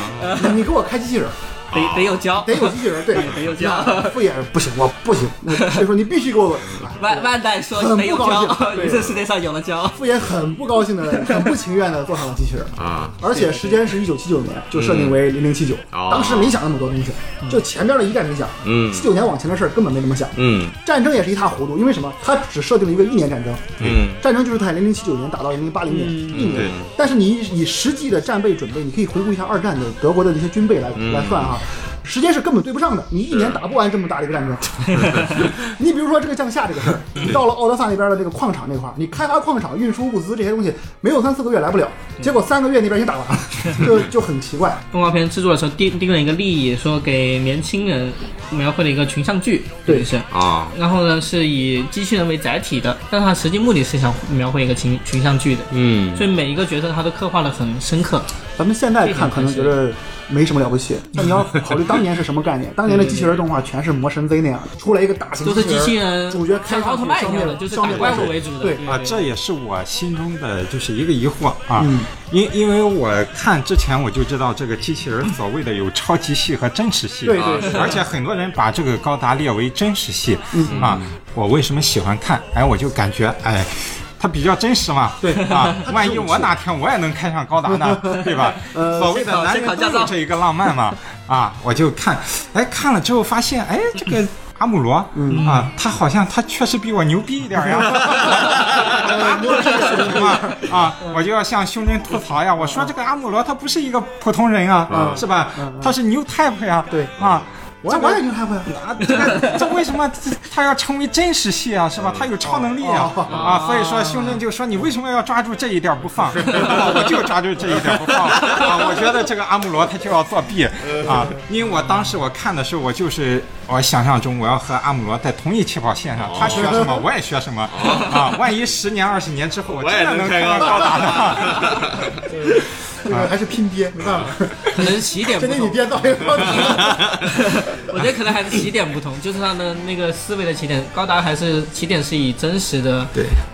C: 你你给我开机器人，
E: 得得有胶，
C: 得有机器人，对，
E: 得有胶
C: 那不也不行，我不行，那所以说你必须给我。
E: 万万代说
C: 很
E: 得有
C: 不高
E: 胶，
C: 兴对
E: 于是世界上有了胶。
C: 傅爷很不高兴的，很不情愿的坐上了机器人，
B: 啊，
C: 而且时间是一九七九年，就设定为零零七九。
B: 哦
C: 当时没想那么多东西，就前边的一概没想。
B: 嗯
C: 七九年往前的事儿根本没怎么想。
B: 嗯
C: 战争也是一塌糊涂，因为什么？它只设定了一个一年战争，
B: 嗯，
C: 战争就是在零零七九年打到零零八零年，一年。但是你以实际的战备准备，你可以回顾一下二战的德国的那些军备来、来算哈，时间是根本对不上的。你一年打不完这么大的一个战争。你比如说这个降夏这个事儿，你到了奥德萨那边的这个矿场那块儿，你开发矿场、运输物资这些东西，没有三四个月来不了，结果三个月那边已经打完了，就就很奇怪。
E: 动画片制作的时候定定了一个利益，说给年轻人描绘了一个群像剧，
C: 对
E: 是。
B: 啊，
E: 然后呢，是以机器人为载体的，但它实际目的是想描绘一个群群像剧的，
B: 嗯，
E: 所以每一个角色他都刻画的很深刻。
C: 咱们现在看可能觉得没什么了不 起，但你要考虑当年是什么概念。当年的机器人动画全是魔神 Z 那样的，出来一个大型
E: 就是机器人
C: 主角开
E: 像
C: 上
E: 奥
C: 去
E: 特曼
C: 消
E: 一
C: 灭
E: 样
C: 了
E: 的，就是
C: 消
E: 打
C: 灭
E: 怪
C: 怪
E: 物为主的。
C: 对，
D: 啊，
E: 对
D: 这也是我心中的就是一个疑惑啊，因因为我看之前我就知道这个机器人所谓的有超级系和真实系，啊
C: 对对
D: 而且很多人把这个高达列为真实系啊，我为什么喜欢看？哎，我就感觉哎。它比较真实嘛，对啊，万一我哪天我也能开上高达呢，对吧？所谓的男
E: 先考
D: 人
E: 驾
D: 都
E: 照
D: 有这一个浪漫嘛，啊，我就看，哎，看了之后发现，哎，这个阿姆罗
E: 嗯
D: 啊，他好像他确实比我牛逼一点 呀，啊啊！我就要向胸针吐槽呀！我说这个阿姆罗他不是一个普通人
E: 嗯
D: 啊，是吧？他是 New Type 呀，
C: 对
D: 啊。
C: 我我也牛害不了。
D: 啊，这个 这为什么他要成为真实系啊？是吧？
B: 嗯
D: 他有超能力啊
C: 哦
D: 啊！所以说胸针就说你为什么要抓住这一点 不放？我就抓住这一点不放啊！我觉得这个阿姆罗他就要作弊啊！
B: 嗯
D: 因为我当时我看的时候，我就是我想象中我要和阿姆罗在同一起跑线
B: 哦
D: 上，他学 什么我也学什么啊！万一十年二十年之后我
B: 我也
D: 真的
B: 能
D: 能
B: 开
D: 开
B: 个
D: 上
B: 高
D: 高达呢？
B: 达。
C: 这个还是拼爹，没办 法，
E: 可能起点不
C: 这跟
E: 同
C: 你。爹到一块儿。
E: 我觉得可能还是起点不同，就是他的那个思维的起点。高达还是起点是以真实的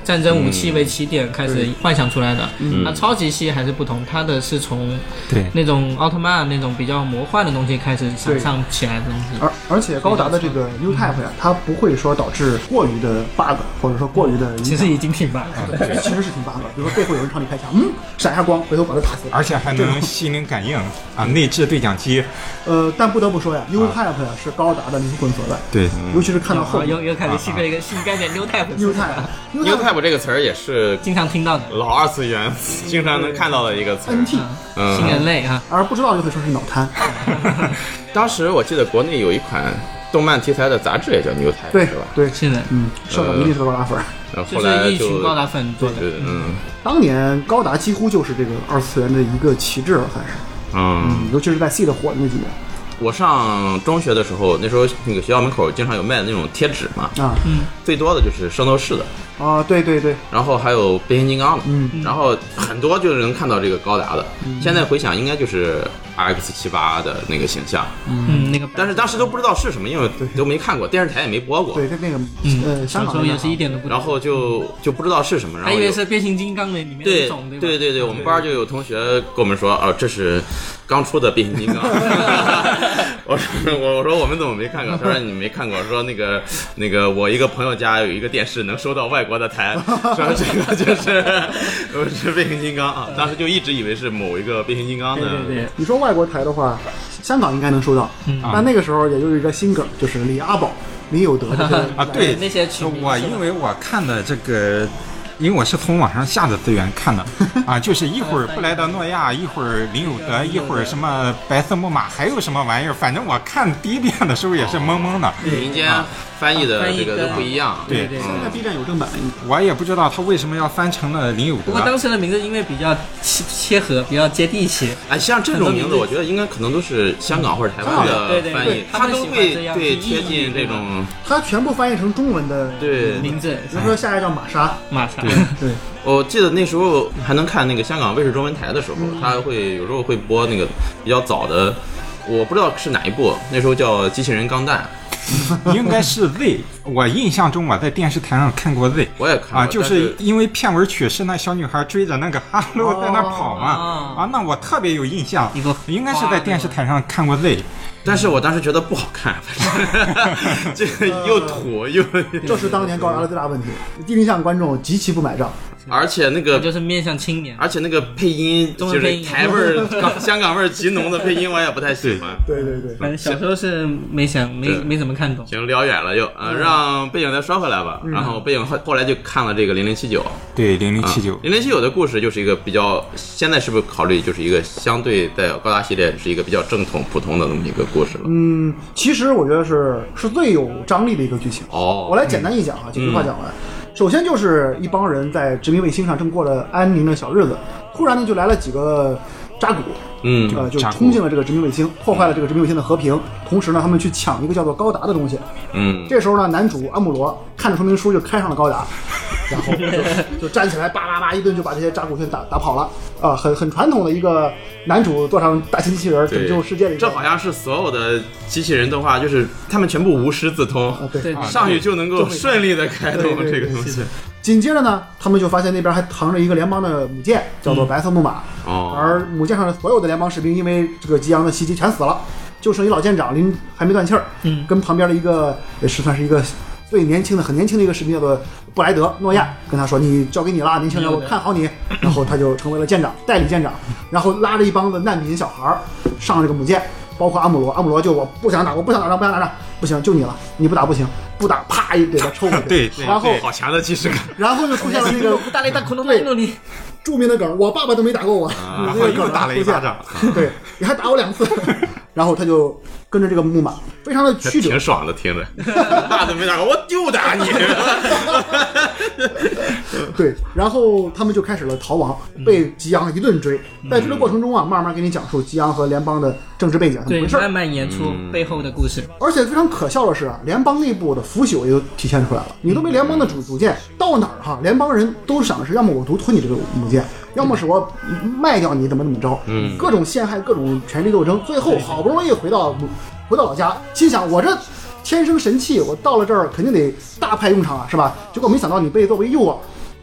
E: 战争武器为起点开始幻想出来的。那超级系还是不同，它的是从
D: 对
E: 那种奥特曼那种比较魔幻的东西开始想象起来的东西。
C: 而而且高达的这个 U type 呀，它不会说导致过于的 bug，或者说过于的影
E: 其实
C: 响。
E: 已经挺棒了。
C: 其实是挺 bug，的比如说背后有人朝你开枪，嗯，闪一下光，回头把他打死。
D: 而且还能心灵感应啊，内置对讲机，
C: 呃，但不得不说呀，U type 呀是高达的灵魂所在，
D: 对，
C: 尤其是看到后
E: 好，
C: 面
E: 又 又开始新的一个新概念 New Type，
C: U type，U
B: 牛
C: type
B: type 这个词儿也是
E: 经常听到的
B: 老二次元经常能看到的一个词儿。
C: NT，
B: 嗯
E: 新人类啊，
C: 哎而不知道就会说是脑瘫。
B: 当时我记得国内有一款动漫题材的杂志也叫 New Type，
C: 对
B: 是吧？
C: 对，
E: 是的，
C: 嗯，校长一定是个高达粉儿。
B: 然后
E: 就
B: 后来
E: 是一
B: 就
E: 群高达粉做的。
B: 对，嗯
C: 当年高达几乎就是这个二次元的一个旗帜了，算是，
B: 嗯。
C: 尤其是在 C 的火的那几年
B: 我上中学的时候，那时候那个学校门口经常有卖那种贴纸嘛，
C: 啊
B: 最多的就是圣斗士的，
C: 啊，对对对，
B: 然后还有变形金刚的，
C: 嗯，
B: 然后很多就是能看到这个高达的。现在回想，应该就是 RX 七八的那个形象，
E: 嗯，那个，
B: 但是当时都不知道是什么，因为都没看过，电视台也没播过
C: 对，，他那个呃，
E: 嗯，
C: 香港那
E: 小时
C: 啊
E: 候
C: 边
E: 也是一点都不懂，
B: 然后就就不知道是什么，然
E: 还
B: 后
E: 以
B: 就
E: 为是变形金刚的里面的
B: 对
E: 一种，吧？嗯
B: 对对对，我们班就有同学跟我们说，哦，这是刚出的变形 金刚。 我说我我说我们怎么没看过？他说你没看过，说那个那个我一个朋友家有一个电视能收到外国的台，说这个就是 呃是变形金刚啊，当时就一直以为是某一个变形金刚的。
E: 对对，
C: 你说外国台的话，香港应该能收到，
E: 嗯
C: 但那个时候也就是一个新梗，就是李阿宝、李有德这些人
D: 啊，对，
E: 那些曲名
D: 我
E: 是吧
D: 因为我看的这个。因为我是从网上下的资源看的啊，就是一会儿布莱德诺亚，一会儿林有德，一会儿什么白色木马，还有什么玩意儿，反正我看第一遍的时候也是懵懵
E: 哦
D: 的。啊
B: 民间啊翻译的这个都不一样。
D: 对
E: 对
C: 现在 B 站有正版，
D: 我也不知道他为什么要翻成了林有
E: 不过当
D: 德。
E: 时的名字因为比较切切合，比较接地气，
B: 哎，像这种名字，我觉得应该可能都是香港或者台湾的
E: 啊对对对
B: 翻译，
E: 他
B: 他
E: 们
B: 都
E: 喜欢
B: 会
E: 这样
B: 对
E: 去
B: 贴
E: 意
B: 近
E: 译
B: 这
E: 对吧
B: 种
C: 它全部翻译成中文的，
B: 对
E: 名字
C: 比如说下一个叫玛莎，
E: 马上。
C: 对，
B: 我记得那时候还能看那个香港卫视中文台的时候，他会有时候会播那个比较早的，我不知道是哪一部，那时候叫《机器人钢弹
D: 应该是 Z，我印象中我在电视台上看过 Z。
B: 我也看过
D: 啊，就
B: 但是
D: 因为片尾曲是那小女孩追着那个哈喽在那跑嘛，
E: 哦
D: 啊，那我特别有印象
E: 一个，
D: 应该是在电视台上看过 Z，》，
B: 但是我当时觉得不好看，反正这个又土又，
C: 这是当年高达的最大问题，低龄向观众极其不买账。
B: 而且那
E: 我
B: 个。
E: 就是面向青年，
B: 而且那个配音
E: 中
B: 就
E: 文配
B: 是
E: 音
B: 台味儿、港香港味儿极浓的配音，我也不太喜欢。
C: 对对对，
E: 反正小时候是没想没
B: 对
E: 没怎么看懂。
B: 行，聊远了又，呃，
E: 嗯
B: 让背影再说回来吧。然后背影后后来就看了这个零零七九，
D: 对，零零七九，
E: 嗯
B: 零零啊七九的故事就是一个比较，现在是不是考虑就是一个相对在高达系列是一个比较正统普通的那么一个故事了？嗯，
C: 嗯，其实我觉得是是最有张力的一个剧情。
B: 哦
C: 我来简单一讲啊，几句话讲完。首先就是一帮人在殖民卫星上正过了安宁的小日子，突然呢就来了几个扎古，
B: 嗯
C: 呃，就
D: 扎古
C: 冲进了这个殖民卫星，破坏了这个殖民卫星的和平。同时呢，他们去抢一个叫做高达的东西。
B: 嗯，
C: 这时候呢，男主啊阿姆罗看着说明书就开上了 高达，然后就就站起来叭叭叭一顿就把这些扎古全打打跑了。啊、很很传统的一个男主坐上大型机器人拯
B: 对，
C: 救世界的一个。
B: 这好像是所有的机器人动画，就是他们全部无师自通，
C: 啊，对
E: 对，
B: 上去就能够顺利的开动
C: 对对对
B: 这个东西。
C: 紧接着呢，他们就发现那边还扛着一个联邦的母舰，叫做白色木马。
B: 哦，
C: 而母舰上的所有的联邦士兵因为这个激昂的袭击全死了，就剩一老舰长临还没断气儿，
E: 嗯
C: 跟旁边的一个也是算是一个最年轻的、很年轻的一个士兵叫做布莱德诺亚，跟他说：“你交给你啦，年轻人，我看好你。”然后他就成为了舰长，代理舰长，然后拉着一帮子难民小孩儿上这个母舰。包括阿姆罗，阿姆罗就我不想打，我不想打仗，不想打仗，不行，就你了，你不打不行，不打啪一给他抽回去，
D: 对对
C: 然后
D: 对
B: 好强的既视感，
C: 然后就出现了那个
E: 大力大恐龙大怒你，
C: 著名的梗，我爸爸都没打过我，
B: 啊
D: 然
C: 这个
D: 后
C: 梗
D: 又
C: 儿
D: 打啊了一
C: 出现
D: 巴掌，
C: 对，你还打我两次， 然后他就跟着这个木马，非常的曲折
B: 挺，爽的，听 着。那都没打过，我就打你。
C: 对，然后他们就开始了逃亡，
D: 嗯
C: 被吉昂一顿追，在追的过程中啊，慢慢给你讲述吉昂和联邦的政治背景怎么
E: 对，
C: 回事儿哎
E: 慢，慢演出
D: 嗯
E: 背后的故事。
C: 而且非常可笑的是啊，联邦内部的腐朽也都体现出来了，你都没联邦的主组建，到哪儿哈，联邦人都想的是，要么我独吞你这个母舰，要么是我卖掉你，怎么怎么着，嗯，各种陷害，各种权力斗争，最后好不容易回到母回到老家，心想我这天生神器，我到了这儿肯定得大派用场啊，是吧？结果没想到你被作为诱饵。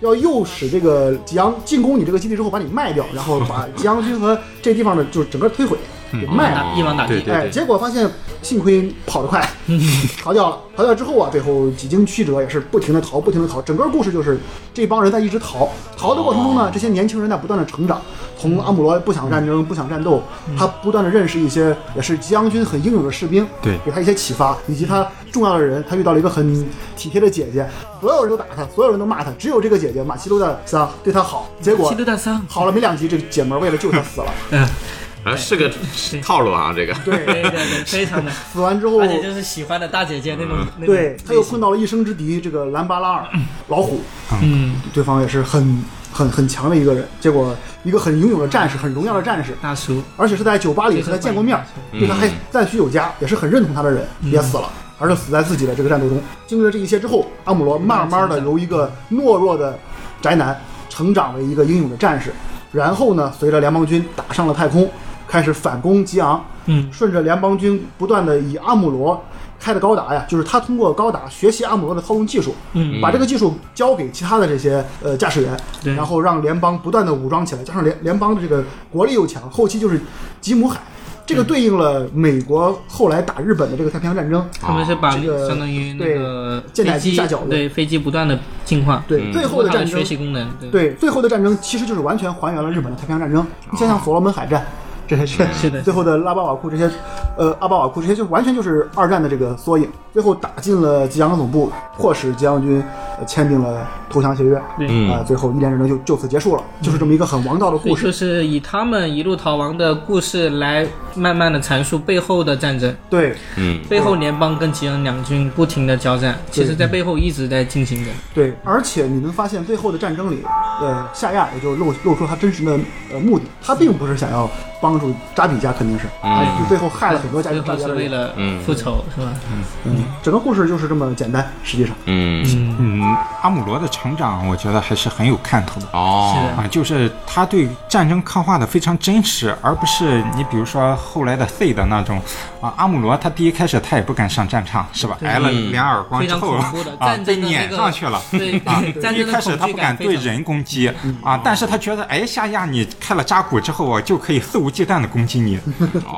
C: 要诱使这个吉昂进攻你这个基地之后，把你卖掉，然后把吉昂军和这地方的就是整个摧毁，给卖了。
E: 打一网打
D: 对
E: 尽，
D: 对
C: 哎，结果发现幸亏跑得 快，逃掉了。逃掉之后啊，最后几经曲折，也是不停的逃，不停的逃。整个故事就是这帮人在一直逃，逃的过程中
D: 哦
C: 呢，这些年轻人在不断的成长。从阿姆罗不想战
D: 嗯
C: 争、不想战斗，他不断的认识一些也是吉阳军很英勇的士兵，
D: 对
C: 给他一些启发，以及他重要的人，他遇到了一个很体贴的姐姐，所有人都打他，所有人都骂他，只有这个姐姐马奇多的桑对他好。结果
E: 七度大伤。
C: 好了没两集，这个姐们儿为了救他死了。
E: 嗯，
B: 啊，是个
E: 是
B: 套路啊，这个。
E: 对
C: 对，
E: 对对，非常的，
C: 死完之后
E: 而，且就是喜欢的大姐姐那种，
C: 嗯
E: 那种
C: 对他又碰到了一生之敌这个兰巴拉尔老虎，
E: 嗯，
C: 对方也是很很很强的一个人，结果一个很英勇的战士，很荣耀的战士，
E: 大叔，
C: 而且是在酒吧里和他见过面，对他还赞许有加，也是很认同他的人，也死了，而是死在自己的这个战斗中。经历了这一切之后，阿姆罗慢慢的由一个懦弱的宅男，成长为一个英勇的战士，然后呢，随着联邦军打上了太空，开始反攻吉昂，
E: 嗯
C: 顺着联邦军不断的以阿姆罗。开的高达呀，就是他通过高达学习阿姆罗的操纵技术，
E: 嗯
C: 把这个技术交给其他的这些呃驾驶员，
E: 对
C: 然后让联邦不断的武装起来，加上联联邦的这个国力又强，后期就是吉姆海，这个对应了美国后来打日本的这个太平洋战争。
E: 他们是把
C: 这个
E: 相当于那
C: 对
E: 个
C: 舰载
E: 飞
C: 机
E: 机
C: 下饺子
E: 对飞机不断的进化，
C: 对，最后的
E: 它的
C: 战争
E: 学，习功能，对
C: 对最后的战争其实就是完全还原了日本的太平洋战争。你想想所罗门海战，这些是
E: 是的
C: 最后的拉巴瓦库这些，呃，阿巴瓦库这些就完全就是二战的这个缩影。最后打进了吉阳总部，迫使吉阳军、呃签订了投降协约。
E: 对
B: 嗯
C: 啊、最后一连战争就就此结束了，就是这么一个很王道的
E: 所以
C: 故事
E: 就。是以他们一路逃亡的故事来慢慢的阐述背后的战争，
C: 对
B: 嗯，
E: 背后联邦跟吉恩两军不停的交战，其实在背后一直在进行的。
C: 对，而且你能发现最后的战争里，呃，夏亚也就露露出他真实的呃目的，他并不是想要帮助扎比家，肯定是，他就最后害了很多家
E: 背
C: 扎
E: 后
C: 比家
E: 是
C: 的
E: 为
C: 人。
E: 了复仇，是吧？
C: 嗯，整个故事就是这么简单，实际上。
B: 嗯，
D: 嗯，阿姆罗的成长，我觉得还是很有看头的。
E: 是
B: 哦
E: 的，
D: 啊，就是他对战争刻画的非常真实，而不是你比如说后来的 Z 的那种啊，阿姆罗他第一开始他也不敢上战场，是吧？挨了两耳光
E: 嗯非
D: 之
E: 常
D: 后
E: 恐怖的
D: 啊
E: 战，
D: 被
E: 争的那
D: 撵
E: 个
D: 上去了。
E: 对
D: 啊
E: 对，，战
D: 一
E: 争
D: 开
E: 的
D: 始他
E: 恐惧
D: 不敢
E: 感
D: 对
E: 非常。嗯
D: 人攻击啊，但是他觉得哎，夏亚你开了扎古之后，我就可以肆无忌惮的攻击 你，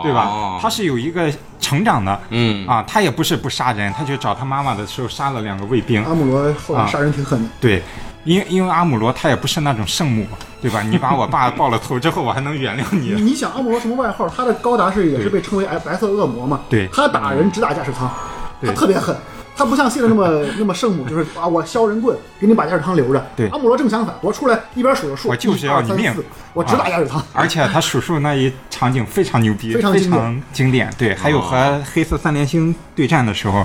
D: 对吧
B: 哦？
D: 他是有一个成长的，
B: 嗯
D: 啊，他也不是不杀人，他去找他妈妈的时候杀了两个卫兵，
C: 阿姆罗后来杀人挺狠的，
D: 对，因为因为阿姆罗他也不是那种圣母，对吧？你把我爸爆了头之后，我还能原谅
C: 你
D: 你。
C: 你想阿姆罗什么外号？他的高达是也是被称为白白色恶魔嘛？
D: 对
C: 他打人只打驾驶舱，他
D: 对
C: 特别狠。他不像现在那么 那么圣母，就是啊，我削人棍给你把驾驶舱留着。
D: 对
C: 阿姆罗正相反，我出来一边数着数，
D: 我就是要
C: 一二
D: 你
C: 三
D: 命
C: 四我只打
D: 啊
C: 驾驶舱。
D: 而且他数数那一场景非常牛逼，
C: 非
D: 非
C: 常经典
D: 经典。对，还有和黑色三连星对战的时候，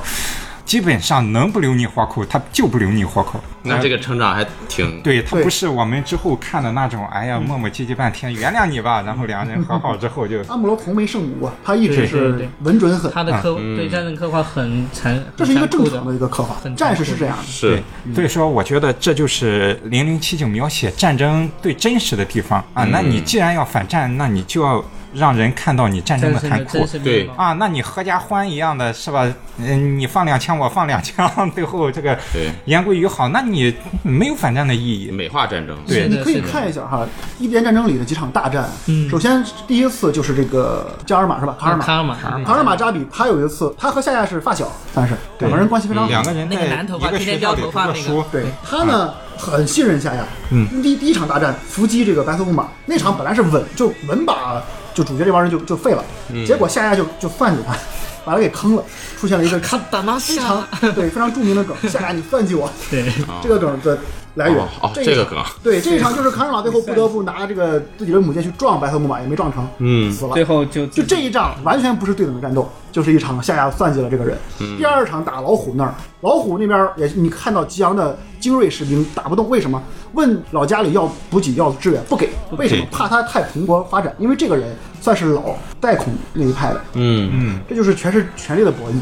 D: 基本上能不留你活口，他就不留你活口。
B: 那这个成长还挺
D: 对他
C: 对嗯
D: 不是我们之后看的那种，哎呀磨磨唧唧半天，原谅你吧，然后两人和好之后就
C: 阿姆罗从没圣母啊，他一直
E: 对对
C: 是
E: 对
C: 稳准狠，
E: 他的刻对战争刻画很残，
C: 这是一个
E: 很残
C: 正
E: 酷
C: 常的一个刻画。
E: 很
C: 战士
E: 残酷
C: 是这样的，
B: 是，
D: 对，所以说我觉得这就是零零七九描写战争最真实的地方啊。那你既然要反战，那你就要让人看到你战争
E: 战
D: 的
E: 争
D: 残
E: 的
D: 酷
E: 真实面
B: 对
E: 貌。
D: 啊。那你合家欢一样的是吧？嗯，你放两枪，我放两枪，最后这个
B: 对嗯
D: 言归于好，那你没有反战的意义。
B: 美化战争，哦
D: 对
E: 是
C: 你
E: 的
C: 可以
E: 是的
C: 看一下哈，《一边战争》里的几场大战。首先第一次就是这个加尔玛是吧？卡尔玛，
E: 啊卡尔玛卡尔
B: 嗯
E: 玛
C: 卡尔玛扎比，他有一次，他和夏亚是发小，但是两个人关系非常好。
D: 两个人
E: 那个
D: 在
E: 男头
D: 一
E: 发
D: 个
E: 天天
D: 学校
E: 撩
D: 里
E: 头
D: 读
E: 发
D: 着
E: 那个
D: 书，
C: 对他呢，
B: 嗯
C: 很信任夏亚。嗯，第第一场大战伏击这个白色木马那场本来是稳，就稳把就主角这帮人就就废了，
B: 嗯
C: 结果夏亚就就算计他， 把他给坑了，出现了 一个
E: 他打那
C: 非常 对非常著名的梗，夏亚你算计我，
E: 对，
C: 这个梗的来源
B: 哦哦
C: 一
B: 这个
C: 场
B: 梗
C: 对这一场就是卡尔玛最后不 得不拿这个自己的母舰去撞白色木马，也没撞成，
B: 嗯
C: 死了
E: 最。后就
C: 就这一仗完全不是对等的战斗，就是一场夏亚算计了这个人。第二场打老虎那儿，老虎那边也你看到吉阳的精锐士兵打不动，为什么？问老家里要补给要支援，不给，为什么？怕他太蓬勃发展，因为这个人算是老带孔那一派的，
B: 嗯
D: 嗯，
C: 这就是全是权力的博弈。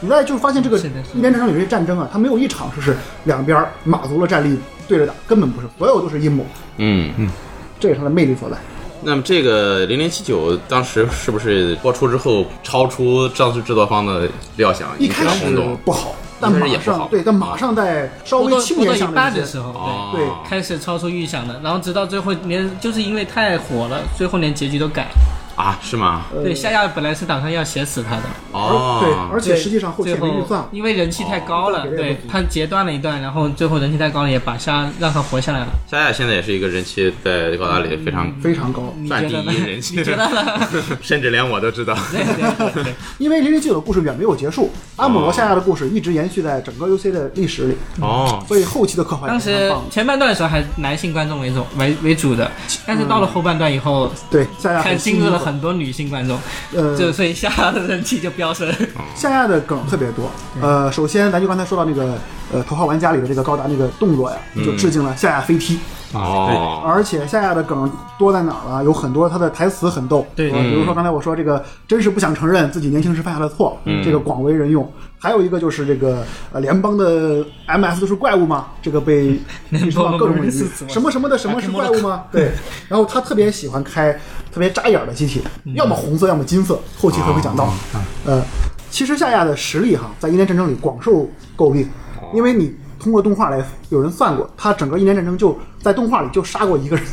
C: 你再就是发现这个
E: 是的是的
C: 一边战争里这战争啊，它没有一场就是两边马足了战力对着打，根本不是，所有都是阴谋，
B: 嗯嗯。
C: 这也是它的魅力所在。
B: 那么这个零零七九当时是不是播出之后超出当时制作方的料想，
C: 一开
B: 引起了轰
C: 始
B: 动
C: 不好，但
B: 一开
C: 马
B: 始也不好
C: 上对，但马上在稍
E: 播
C: 微
E: 到
C: 清
E: 播到
C: 点
E: 一
C: 下那
E: 半的
C: 些
E: 时候，对。
B: 哦，
C: 对
E: 开始超出预想的，然后直到最后连就是因为太火了，最后连结局都改。
B: 啊，是吗？
E: 对，夏亚本来是打算要写死他的，
B: 哦，
C: 对，而且
E: 对
C: 实际上后期
E: 最
C: 也没
E: 后
C: 预算，
E: 因为人气太高了，
C: 哦
E: 对他截断了一段，然后最后人气太高了，也把夏让他活下来了。
B: 夏亚现在也是一个人气在高达里非常
C: 非常高。
E: 你
B: 算
E: 觉
B: 第
E: 得呢
B: 一？人气，
E: 你觉得呢？
B: 甚至连我都 知道。
E: 对对对对，
C: 因为零零七九的故事远没有结束，阿姆罗
B: 哦
C: 夏亚的故事一直延续在整个 UC 的历史里，
B: 哦，
C: 所以后期的刻画也
E: 当
C: 是非常
E: 时
C: 棒的。
E: 前半段的时候还男性观众为主为为主的，但是到了后半段以后，
C: 嗯对，夏亚啊
E: 开
C: 很
E: 进入了很多女性观众，
C: 呃，
E: 就所以夏夏的人气就飙升。
C: 夏亚的梗特别多。
B: 嗯
C: 呃，首先咱就刚才说到那个呃《头号玩家》里的这个高达那个动作呀，
B: 嗯
C: 就致敬了夏亚飞踢。
B: 哦，
C: 而且夏亚的梗多在哪儿了？有很多他的台词很逗，
E: 对
C: 呃比如说刚才我说这个，真是不想承认自己年轻时犯下的错，这个广为人用。还有一个就是这个呃，联邦的 MS 都是怪物吗？这个被
E: 联
C: 说
E: 邦
C: 到各种
E: 不
C: 领
E: 是
C: 域，
E: 是怎
C: 什么
E: 么
C: 什么的什么是怪物 吗？对。然后他特别喜欢开特别扎眼儿的机体，要么红色，要么金色。后期他会讲到，呃，其实夏亚的实力哈，在一年战争里广受诟病，因为你通过动画来，有人算过，他整个一年战争就在动画里就杀过一 个人，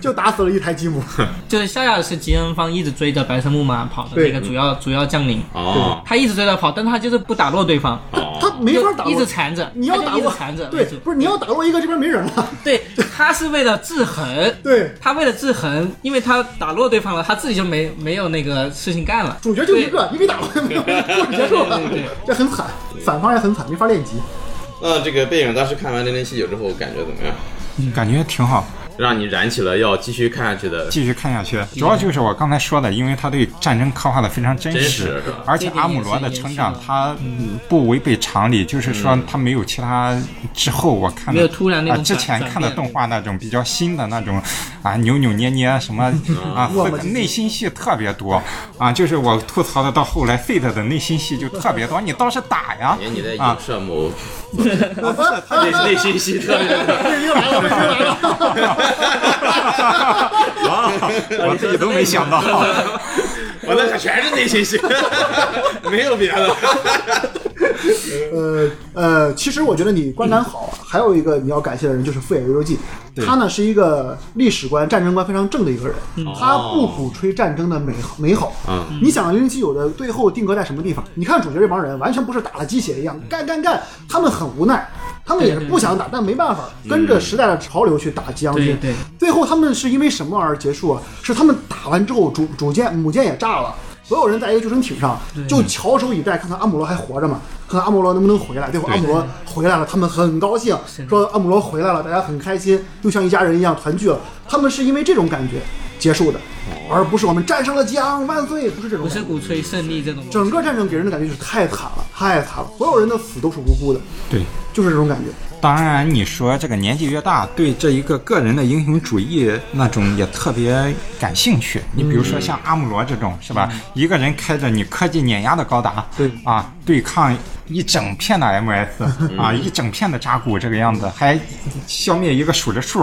C: 就打死了一台吉姆。
E: 就是夏夏是吉恩方一直追着白色木马跑的
C: 对
E: 那个主要主要将领，
B: 哦，
E: 他一直追着跑，但他就是不打落对方，
C: 他没法打落，
E: 就一直缠着，
C: 你要
E: 他
C: 打
E: 就一直
C: 落
E: 缠着，
C: 对
E: 为，主
C: 不是你要打落一个，这边没人了，
E: 对，他是为了制衡，
C: 对
E: 他为了制衡，因为他打落对方了，他自己就没没有那个事情干了。
C: 主角就一个，你给打落就没有人，故事结束了
E: 对对对，
C: 这很惨，反方也很惨，没法练级。
B: 那这个背影当时看完《零零七九》之后感觉怎么样？
D: 感觉挺好。
B: 让你燃起了要继续看下去的
D: 继续看下
B: 嗯
D: 去，主要就是我刚才说的，因为他对战争刻画的非常真
B: 真实
D: 实
B: 是吧，
D: 而且阿姆罗的成长他嗯不违背常理，就是说
B: 嗯
D: 他没有其他之后我看的
E: 没有突然那种
D: 啊之前看的动画那种比较新的那种啊扭扭捏捏什么
B: 嗯
D: 啊
C: 磨磨唧唧
D: 内心戏特别多啊，就是我吐槽的到后来 Fate 的内心戏就特别多，你倒是打呀
B: 哎，你在影
D: 啊
B: 射某
C: 啊啊
B: 内内心戏特别
C: 卫兵来了，卫兵来了。
D: 啊，我自己都没想到。
B: 我那可全是内心戏， 没有别的。
C: 呃呃，其实我觉得你观感好，啊还有一个你要感谢的人就是富野由悠季，他呢是一个历史观、战争观非常正的一个人，他不鼓吹战争的美好美好。
B: 嗯
C: 你想零零七九的最后定格在什么地方？你看主角这帮人完全不是打了鸡血一样干干干，他们很无奈。他们也是不想打，但没办法，跟着时代的潮流去打吉阳军。
E: 对对
C: 最后他们是因为什么而结束啊？是他们打完之后，主主舰母舰也炸了，所有人在一个救生艇上，就翘首以待，看看阿姆罗还活着吗？看看阿姆罗能不能回来。最后阿姆罗回来了，他们很高兴，说阿姆罗回来了，大家很开心，又像一家人一样团聚了。他们是因为这种感觉结束的，而不是我们战胜了吉昂万岁，不是这种
E: 哦不
C: 感觉
E: 是。鼓吹胜利这种东西，
C: 整个战争给人的感觉就是太惨了，太惨了，所有人的死都是无辜的，
D: 对，
C: 就是这种感觉。
D: 当然，你说这个年纪越大，对这一个个人的英雄主义那种也特别感兴趣。你比如说像阿姆罗这种，是吧？一个人开着你科技碾压的高达，
C: 嗯对
D: 啊，对抗一整片的
C: 嗯
D: MS 啊，一整片的扎古这个样子，还消灭一个数着数，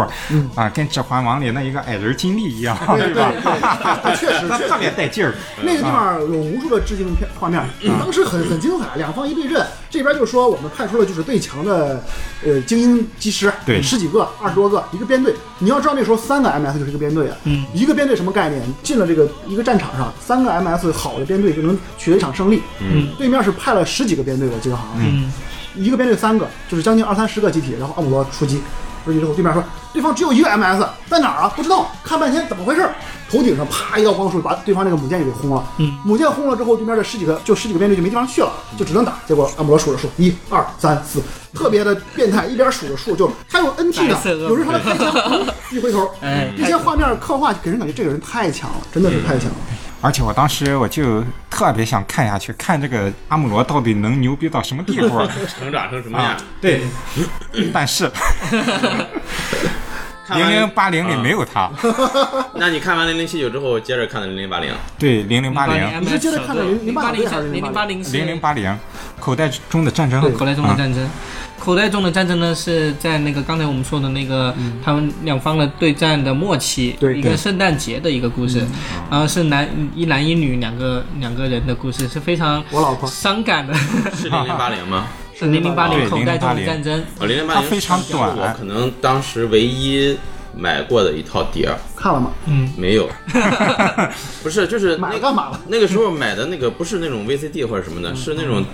D: 啊，跟《指环王》里那一个矮人金币一样，
C: 嗯对
D: 吧
C: 对对？确实
D: 那
C: 确实
D: 特别带劲儿。
C: 那个地方有无数的致敬片画面，当时很很精彩，两方一对阵，这边就说我们派出了就是最强的呃精英技师，
D: 对
C: 十几个、二十多个一个编队。你要知道那时候三个 MS 就是一个编队啊，嗯，一个编队什么概念？进了这个一个战场上，三个 MS 好的编队就能取得一场胜利。嗯，对面是派了十几个编队，我记得好像是。
E: 嗯，
C: 一个编队三个，就是将近二三十个机体，然后阿姆罗出击，出击之后对面说对方只有一个 MS，在哪儿啊？不知道，看半天怎么回事？头顶上啪一道光束把对方那个母舰给轰了，嗯，母舰轰了之后，对面的十几个就十几个编队就没地方去了，就只能打。结果阿姆罗数着数，一二三四，特别的变态，一边数着数就还有 NT 呢
E: 白色，恶魔
C: 有时候他开枪，嗯一回头，
E: 哎
C: 这些画面刻画给人感觉这个人太强了，真的是太强了。
D: 而且我当时我就特别想看下去，看这个阿姆罗到底能牛逼到什么地步。
B: 成长成什么
D: 啊
B: 样？，
D: 对， 但是
B: 看
D: 零
B: 完
D: 零八零里没有他，
B: 那你看完零零七九之后，接着看的零零 八零，
D: 对，零零八零，
C: 你是接着看的零
E: 零八
C: 080还是
E: 零零八零
D: 零零八零，口袋中的战争，
E: 口袋中的战争。口袋中的战争呢，是在那个刚才我们说的那个、他们两方的对战的末期，
C: 对
E: 一个
D: 对
E: 圣诞节的一个故事，然后是男一男一女两个两个人的故事，是非常
C: 我老婆
E: 伤感的。
B: 是零零八零吗？
E: 是零零八
D: 对
E: 零口袋中的
D: 0080
E: 战争，
B: 哦，零零八
D: 它
B: 零
D: 非常短啊
B: 我可能当时唯一买过的一套碟儿
C: 看了吗？
E: 嗯
B: 没 有，不是就是
C: 买
B: 那
C: 了干嘛了？
B: 那个时候买的那个不是那种 VCD 或者什么
D: 嗯
B: 的，是那种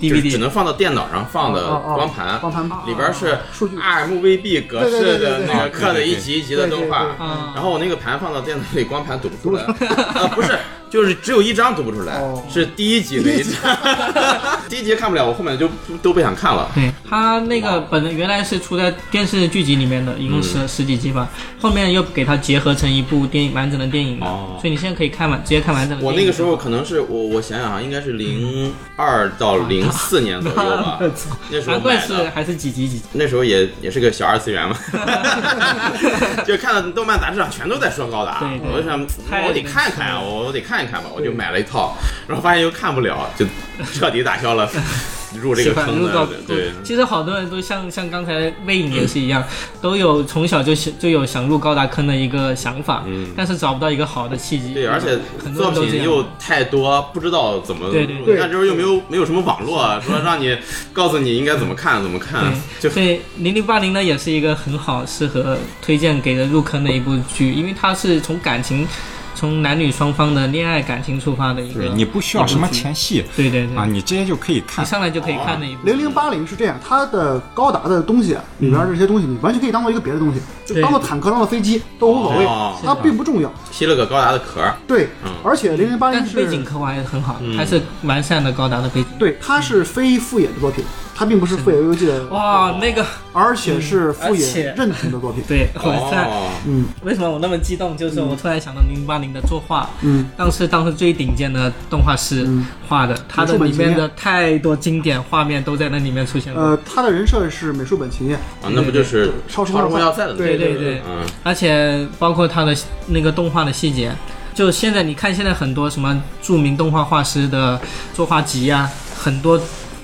E: DVD
B: 就是只能放到电脑上放的
C: 哦哦哦
B: 光盘，
C: 光盘哦
B: 里边是
C: 数据
B: RMVB 格式
C: 对对对
B: 的
C: 对对
B: 那个
D: 对
B: 刻的
D: 对对
B: 一集一集的动
C: 对对
B: 画
C: 对对，
E: 嗯
B: 然后我那个盘放到电脑里，光盘读不出来，啊不是，就是只有一张读不出来，
C: 哦
B: 是第一集那一章， 第一集看不了，我后面就不都不想看
C: 嗯
B: 了。
E: 对他那个本来原来是出在电视剧集里面的，一共
B: 嗯
E: 十、十几集吧，后面又给它结合成一部电影完整的电影的，
B: 哦
E: 所以你现在可以看完直接看完整的
B: 我
E: 电影。
B: 那个时候可能是我我想想啊，应该是零二到零四年左右 吧，那时候
E: 难怪
B: 买
E: 是
B: 的，
E: 还是几集几集，
B: 那时候也也是个小二次 元嘛， 就看到动漫杂志上全都在说高达
E: 对，对
B: 我就想嗯
E: 太
B: 我得看看啊，我我得看一看吧，我就买了一套，然后发现又看不了，就彻底打 消了入这
E: 喜
B: 个
E: 欢
B: 坑
E: 入到
B: 的，对。嗯
E: 其实好多人都像像刚才魏影也是一样，都有从小就想就有想入高达坑的一个想法，但是找不到一个好的契机。
B: 嗯对，而且
E: 很
B: 作
E: 多人都这
B: 品
E: 样
B: 又太多，不知道怎么
E: 对对
B: 入
C: 对
B: 那时候又没有没有什么网络啊，说让 你告诉你应该怎么看怎么看，就
E: 对，所以零零八零呢也是一个很好适合推荐给人入坑的一部剧，因为它是从感情，从男女双方的恋爱感情出发的一个。
D: 对你不需要什么前戏
E: 对对对，
D: 啊，你直接就可以看
E: 嗯你。上来就可以看的一部。
C: 零零八零是这样，它的高达的东西啊里
E: 嗯
C: 边这些东西，你完全可以当做一个别的东西，就
E: 对
C: 当做坦克、当做飞机都无所谓
B: 哦，
C: 它并不重要。
B: 披了个高达的壳儿。
C: 对
B: 嗯，
C: 而且零零八零
E: 但是背景
C: 是，
E: 刻画也很好，还是完善的高达的背景。
C: 对，它
B: 嗯
C: 是非富野的作品，它并不是富野由悠季的，
E: 哇，那个
C: 而且是富
E: 嗯而且
C: 野认同的作品。
E: 对，我在、
B: 哦，
C: 嗯
E: 为什么我那么激动？就是我突然想到零八零的作画，
C: 嗯，
E: 当时当时最顶尖的动画师
C: 嗯
E: 画的，他的
C: 美术本
E: 里面
C: 经
E: 的太多经典画面都在那里面出现过。
C: 呃，它的人设是美术本秦彦，
B: 啊，那不就是
C: 超时
B: 超时空要塞的那个
C: 对
E: 对对
B: 嗯，
E: 而且包括它的那个动画的细节，就现在你看现在很多什么著名动画画师的作画集啊，很多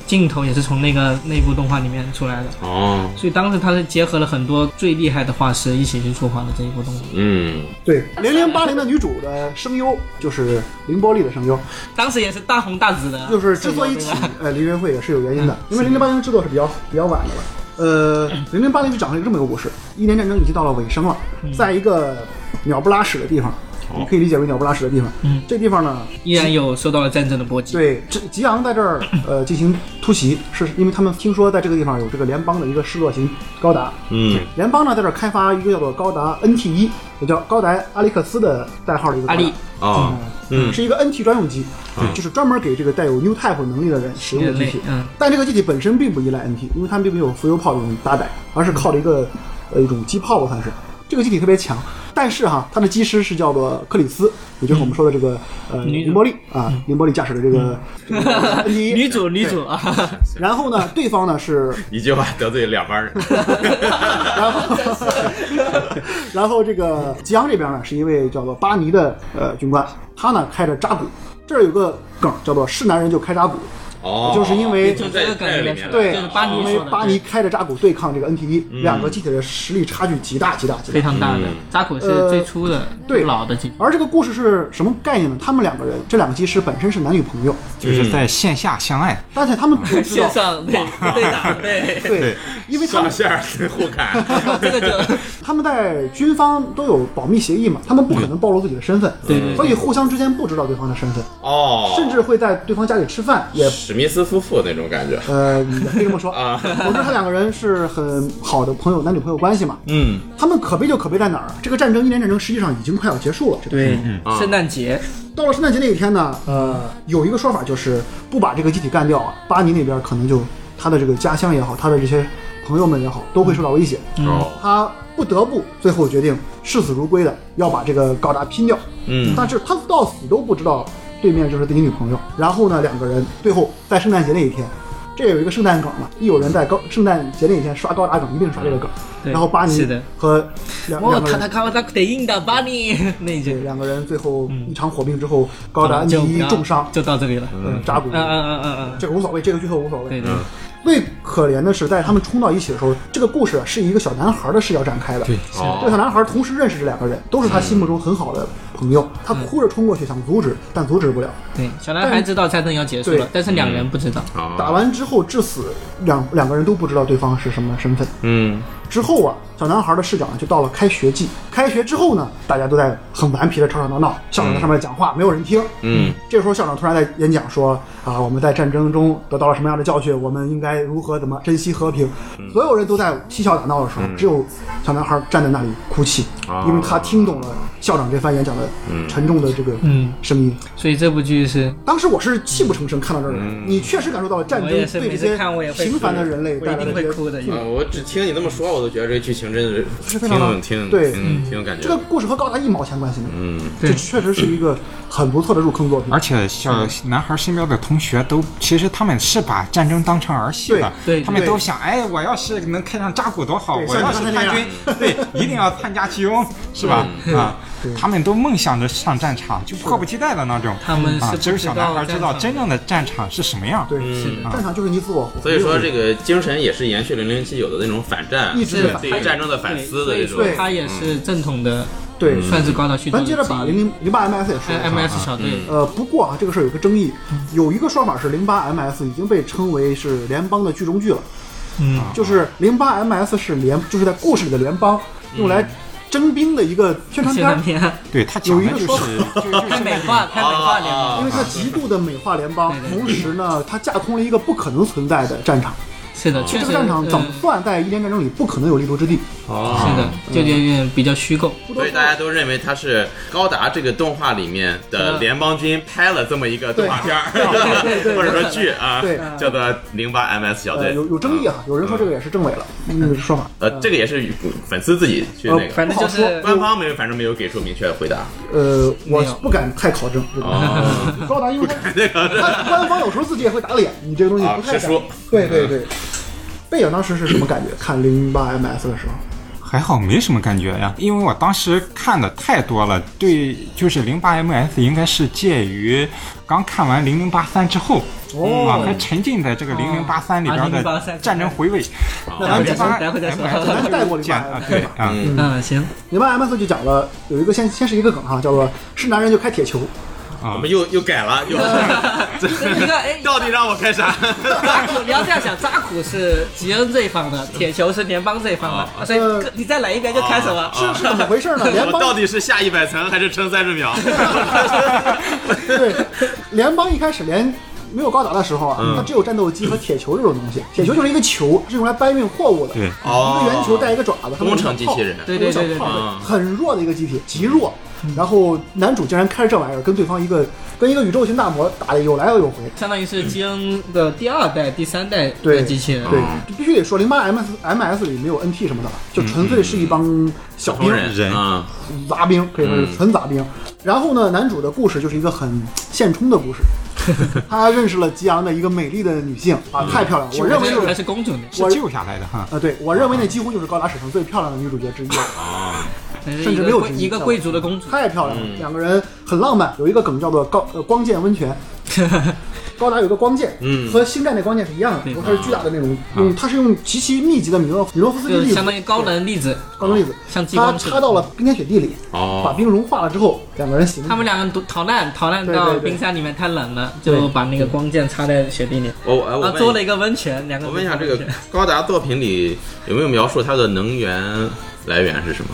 E: 镜头也是从那个那部动画里面出来的。
B: 哦，
E: 所以当时他是结合了很多最厉害的画师一起去作画的这一部动画。
B: 嗯，
C: 对，零零八零的女主的声优就是凌波丽的声优，
E: 当时也是大红大紫的，
C: 就是之所以起呃林云会也是有原因的，因为零零八零制作是比较比较晚的了。呃，零零八零是讲了一个这么一个故事：一年战争已经到了尾声了，在一个鸟不拉屎的地方，你可以理解为鸟不拉屎的地方。
E: 嗯，
C: 这地方呢，
E: 依然有受到了战争的波及。
C: 对，这吉昂在这儿呃进行突袭，是因为他们听说在这个地方有这个联邦的一个失落型高达，
B: 嗯，
C: 联邦呢在这儿开发一个叫做高达 NT 一，也叫高达阿历克斯的代号的一个高
E: 阿
C: 达
E: 力，
B: 哦，嗯
C: 是一个 NT 专用机，就是专门给这个带有 New Type 能力的人嗯使用的
E: 人
C: 机
E: 类
C: 体，。
E: 嗯，
C: 但这个机体本身并不依赖 NT，因为它们并没有浮游炮这种搭载，而是靠着一个呃一种机炮吧，算是。这个机体特别强，但是哈，它的机师是叫做克里斯，也就是我们说的这个呃
E: 女主嗯
C: 林波丽啊，林波丽驾驶的这个 NT
E: 女主女主啊，
C: 然后呢，对方呢是
B: 一句话得罪两班人，
C: 然后， 然后这个吉昂这边呢，是一位叫做巴尼的呃军官，他呢开着扎古，这儿有个梗叫做是男人就开扎古，
B: 哦，
C: 就是因 为
E: 就这
B: 在
E: 个感
B: 里
E: 觉
B: 面
C: 对，
E: 就是巴尼
C: 因
E: 说
C: 为
E: 的，
C: 巴尼开着扎古对抗这个 NT 一、两个机体的实力差距极大极大极
E: 非
C: 大。
E: 常大的
B: 嗯。
E: 扎古是
C: 呃
E: 最初的、
C: 对
E: 最老的几
C: 而这个故事是什么概念呢？他们两个人，这两个机师本身是男女朋友，
D: 就是在线下相爱，
C: 但是他们 不知道
E: 线，上对对打对，
C: 对，因为他
B: 上
C: 们
B: 线儿 互砍，
E: 这个就
C: 他们在军方都有保密协议嘛，他们不可能暴露自己的身份，
E: 嗯对对对
C: 所以互相之间不知道对方的身份，
B: 哦，
C: 甚至会在对方家里吃饭，也
B: 史密斯夫妇那种感觉，
C: 呃，也可以这 么说
B: 啊
C: 总之，他两个人是很好的朋友，男女朋友关系嘛。
B: 嗯，
C: 他们可悲就可悲在哪儿？啊这个战争一年战争实际上已经快要结束了。这个
E: 对，
B: 嗯
E: 圣诞节
C: 到了圣诞节那一天呢，呃，
E: 啊
C: 有一个说法就是不把这个集体干掉啊，巴尼那边可能就他的这个家乡也好，他的这些朋友们也好，都会受到威胁。
E: 嗯
B: 哦，
C: 他不得不最后决定视死如归的要把这个高达拼掉。
B: 嗯，
C: 但是他到死都不知道对面就是自己女朋友。然后呢，两个人最后在圣诞节那一天，这有一个圣诞梗嘛，一有人在高圣诞节那一天刷高达梗，一定刷这个梗。
E: 对
C: 然后巴
E: 是
C: 尼
E: 的
C: 和两
E: 我
C: 两个
E: 塔
C: 人
E: 塔卡瓦达得硬的巴尼 那一
C: 对
E: 句，
C: 两个人最后一场火并之后，高达
E: 就
C: 尼重伤，
E: 就到这里了。嗯
C: 嗯，扎古。
E: 嗯嗯嗯嗯，
C: 这个无所谓，这个剧透无所
E: 对
C: 谓。
E: 对，
B: 嗯
C: 最可怜的是，在他们冲到一起的时候，这个故事啊是以一个小男孩的视角展开的。
D: 对
C: 这个小男孩同时认识这两个人，都是他心目中很好的朋友。他
E: 嗯
C: 哭着冲过去想阻止，但阻止不了。
E: 对，小男孩知道战争要结束了
C: 对，
E: 但是两人不知道。
B: 哦
C: 打，完之后致死，两两个人都不知道对方是什么身份。
B: 嗯，
C: 之后啊，小男孩的视角呢就到了开学季。开学之后呢，大家都在很顽皮的吵吵闹闹，校长在上面讲话，没有人听。
B: 嗯，
C: 这时候校长突然在演讲说：“啊，我们在战争中得到了什么样的教训？我们应该如
B: 嗯
C: 何怎么珍惜和平？”所有人都在嬉笑打闹的时候，只有小男孩站在那里哭泣。
B: 啊
C: 因为他听懂了校长这番演讲的沉重的这个
E: 嗯
C: 声音。
E: 所以这部剧是
C: 当时我是泣不成声，看到这儿的，
B: 嗯
C: 你确实感受到了战争
E: 我也是
C: 对这
E: 每
C: 些
E: 次看我也会
C: 平凡的人类
E: 哭
C: 带来的
E: 我一定会
C: 这些
E: 哭的
C: 痛苦
B: 啊，我只听你这么说，我都觉得这剧情真的
C: 是
B: 是
C: 非
B: 挺
C: 常
B: 有挺有
C: 对
B: 嗯挺有感觉
C: 这个
B: 的。
C: 故事和高达一毛钱关系没有，
B: 嗯，
C: 这确实是一个很不错的入坑作品
D: 而。且小男孩身边的同学都，其实他们是把战争当成儿戏了，
E: 对对
D: 他们
C: 对
D: 都想，哎，我要是能开上扎古多好，
C: 对
D: 我要是
C: 像你刚才
D: 参军，对，一定要参加其中，是吧？啊，他们都梦想着上战场，就迫不及待的那种。
E: 他们
D: 啊
E: 是，
D: 只有小男孩知
E: 不
D: 道
E: 知道战场
D: 真正的战场是什么样。
C: 对，战场就是你死我活。
B: 嗯所以说这
C: 个
B: 个精神也是延续零零七有的那种反战，
C: 一直
E: 是
C: 反
B: 对于战争的反思的
E: 对
B: 这
E: 所
B: 种
E: 以
B: 嗯
E: 说。他也是正统的，
C: 对，
E: 算是高达续作
C: 咱
E: 之一。
C: 接着把零零零八 MS 也
B: 嗯
C: 说一下。
E: 嗯哎 M S 嗯小队，
C: 呃，不过啊，这个事儿有个争议，有一个说法是零八 MS 已经被称为是联邦的剧中剧了，啊
E: 嗯，
C: 就是零八 MS 是联，就是在故事里的联邦
B: 嗯
C: 用来征兵的一个宣传
E: 宣
C: 片儿
E: 传，片，
D: 对他讲的
C: 有一个
D: 就
C: 说
D: 是就就是
E: 太
D: 那
E: 美
D: 种
E: 化，太美
B: 啊
E: 化联盟，
C: 因为它极度的美化联邦，
E: 对对对
C: 同时呢，它架空了一个不可能存在的战场，
E: 是的，确
C: 这
E: 实，
C: 个战场
E: 嗯
C: 怎么算在一连战争里不可能有立足之地。
B: 哦
E: 是的，就有点比较虚构。
C: 不多
B: 所以大家都认为它是高达这个动画里面
C: 嗯
B: 的联邦军拍了这么一个动画片儿，或者说剧啊
C: 对，
B: 叫做零八 MS 小
C: 呃
B: 队。
C: 有嗯有争议
B: 啊
C: 哈，有人说这个也是政委了，那个说法。呃
B: 呃，这个也是粉丝自己去
C: 哦
B: 那
E: 嗯反
B: 个，
E: 正就
C: 不好说
E: 是
B: 官方没有，反正没有给出明确的回答。
C: 呃，我
E: 没有
C: 不敢太考证。这个呃
B: 哦，
C: 高达因为他他官方有时候自己也会打脸，你这个东西
B: 啊
C: 不太
B: 是
C: 敢
B: 说。
C: 对对对，贝尔当时是什么感觉？看零八 MS 的时候，
D: 还好没什么感觉呀，因为我当时看的太多了，对，就是零八 MS 应该是介于刚看完零零八三之后，
C: 哦
D: 啊，还沉浸在这个零零八三里边
E: 啊
D: 的
E: 0083
D: 战争回味。
C: 那咱们
D: 零
E: 再
D: 八
E: 说待会再说
D: MS
C: 咱们带过零
D: 见
C: 八
D: 啊，对
C: MS 吧。
D: 啊，
E: 嗯，行，
C: 零八 MS 就讲了有一个先先是一个梗哈，叫做是男人就开铁球，
B: 我们又又改了，又
C: 嗯
E: 这一个哎，
B: 到底让我开啥？
E: 扎古，你要这样想，扎古是吉恩这一方的，铁球是联邦这一方
B: 啊
E: 的，所以
C: 呃
E: 各你再来一遍就开始了。
C: 是怎么回事呢？ 联
B: 我
C: 邦
B: 到底是下一百层还是撑三十秒？
C: 对，联邦一开始连没有高达的时候啊，它只有战斗机和铁球这种东西。铁球就是一个球，是用来搬运货物的。
D: 对
C: 一个圆球带一个爪子，它
B: 哦工程机器人
E: 对对对对
C: 有
E: 对嗯
C: 小炮
B: 嗯
C: 很弱的一个机体，极弱。然后男主竟然开着这玩意儿跟对方一个跟一个宇宙型大魔打的有来有回。
E: 相当于是基恩的第二代、第三代
C: 对
E: 的机器人，哦
C: 对，就必须得说，零八 MS MS 里没有 NT 什么的了，就纯粹是一帮小兵
B: 工人
D: 人
B: 啊，
C: 杂兵，可以说
E: 嗯
C: 是纯杂兵。然后呢，男主的故事就是一个很现充的故 事，他认识了吉昂的一个美丽的女性啊，
E: 嗯
C: 太漂亮了，我认为就
E: 还
C: 是。
E: 是公主呢，
D: 是
C: 我
D: 救下来的哈。
C: 啊，对我认为那几乎就是高达史上最漂亮的女主角之一了，
E: 还是
C: 甚
E: 一
C: 至没有
E: 个贵
C: 之
E: 一个贵族 的公主。
C: 太漂亮了。
E: 嗯
C: 两个人很浪漫，有一个梗叫做高呃光剑温泉，高达有个光剑，
B: 嗯
C: 和星战那光剑是一样的，
E: 对
C: 它是巨大的那种，嗯，它是用极其密集的米诺米诺夫斯基
E: 就
C: 粒
E: 是
C: 子，
E: 相当于高能粒子，
C: 高能粒子，
E: 像激
C: 它
E: 光似的
C: 插到了冰天雪地里，把
B: 哦，
C: 冰融化了之后，两个人行。
E: 他们两个都逃难，逃难
C: 对
E: 到
C: 对对
E: 冰山里面太冷了，
C: 对
E: 就把那个光剑插在雪地里，
B: 我我我
E: 然
B: 问
C: 啊
B: 一
E: 后做
B: 下
E: 了一个温泉，两个
B: 我问
E: 人
B: 一下，
E: 泡
B: 这个
E: 温泉
B: 高达作品里有没有描述它的能源来源是什么？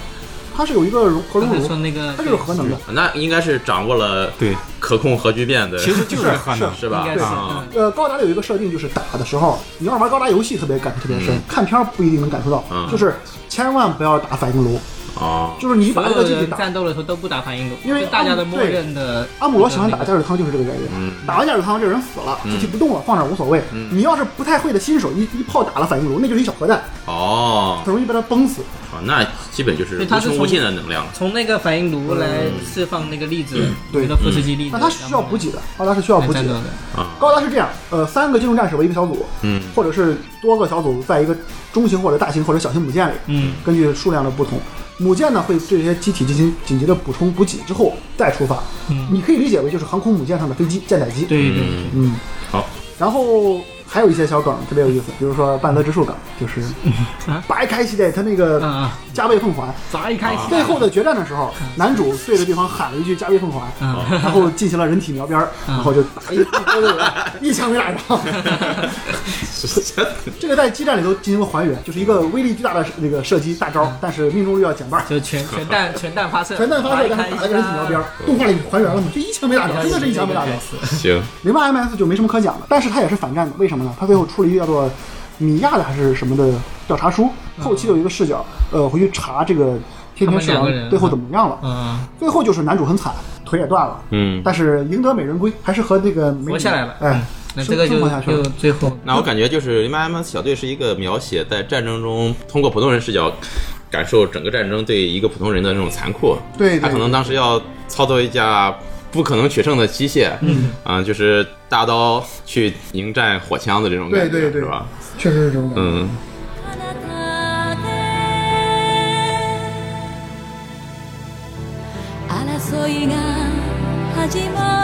C: 它是有一个融核
E: 刚
C: 熔
E: 才
C: 炉
E: 说，那个
C: 它就是核能的。
B: 那应该是掌握了
D: 对，
B: 可控核聚变的，
D: 其实就是核能。
B: 是
E: 应
B: 吧
E: 该？是嗯
B: 啊，
C: 呃，高达里有一个设定，就是打的时候，你要玩高达游戏特别感受特别深，看片儿不一定能感受到，
B: 嗯
C: 就是千万不要打反应炉，
E: 嗯
B: 哦，
C: 就是你把
E: 所
C: 这个
E: 有
C: 机体
E: 人
C: 打
E: 战斗的时候都不打反应炉，
C: 因为
E: 就大家的
C: 嗯
E: 默
C: 对
E: 认的
C: 阿姆罗喜欢
E: 那
C: 打
E: 个
C: 架日汤就是这个原因。
B: 嗯
C: 打完架日汤，这人死了，机器不动了，放那儿无所谓。你要是不太会的新手，一一炮打了反应炉，那就是一小核弹，
B: 哦，
C: 很容易被它崩死。
B: 好那基本就是
E: 对
B: 无
E: 它是
B: 穷无
E: 从
B: 尽的能量了。
E: 从那个反应炉来释放那个粒子，
C: 对
E: 一个富士基粒子，
C: 那它需要补给的，高达是需要
E: 然后
C: 补
E: 来
C: 给
E: 战斗
C: 的
E: 的。。
C: 高达是这样，呃，三个机动战士为一个小组，
B: 嗯，
C: 或者是多个小组在一个中型或者大型或者小型母舰里，
E: 嗯，
C: 根据数量的不同，母舰呢会对这些机体进行紧急的补充补给之后再出发。
E: 嗯
C: 你可以理解为就是航空母舰上的飞机舰载机。，
E: 对对，
C: 嗯，
B: 好。
C: 然后还有一些小梗特别有意思，比如说半泽直树梗，就是
E: 啊
C: 白开系列它那个
E: 啊啊，
C: 加倍奉还。
E: 砸一开始，
C: 最后的决战的时候，男主对着对方喊了一句“加倍奉还”，
E: 啊
C: 然后进行了人体描边儿，
E: 嗯
C: 然后就打
E: 哎
C: 一一波的人，一枪没打上。 这个在激战里头进行过还原，就是一个威力巨大的那个射击大招，
E: 嗯
C: 但是命中率要减半。
E: 就全全弹全弹发射，
C: 全弹发射，
E: 砸
C: 但
E: 一
C: 是打了
E: 开
C: 个人体描边儿，动画里还原了嘛？就一枪没打着，真的是一枪没打着。
B: 行，
C: 零八 MS 就没什么可讲的，但是它也是反战的，为什么呢？它最后出了一个叫做米亚的还是什么的调查书，后期有一个视角，呃，回去查这个天天侍
E: 嗯他们两
C: 郎
E: 个人
C: 最后怎么样了？
E: 嗯，
C: 最后就是男主很惨，腿也断了，
B: 嗯
C: 但是赢得美人归，还是和那个美女
E: 活下来了
C: 哎，
E: 那
C: 生
E: 这个
C: 生
E: 就
C: 活下去
E: 就
C: 了。
E: 最后
B: 那我感觉就是《M M 小队》是一个描写在战争中通过普通人视角感受整个战争对一个普通人的那种残酷。
C: 对对
B: 他可能当时要操作一架不可能取胜的机械，嗯，啊、就是大刀去迎战火枪的这种感觉，
C: 对对对
B: 是吧？
C: 确实是这种感觉。
B: 嗯，
F: 「あなたで争いが始まる」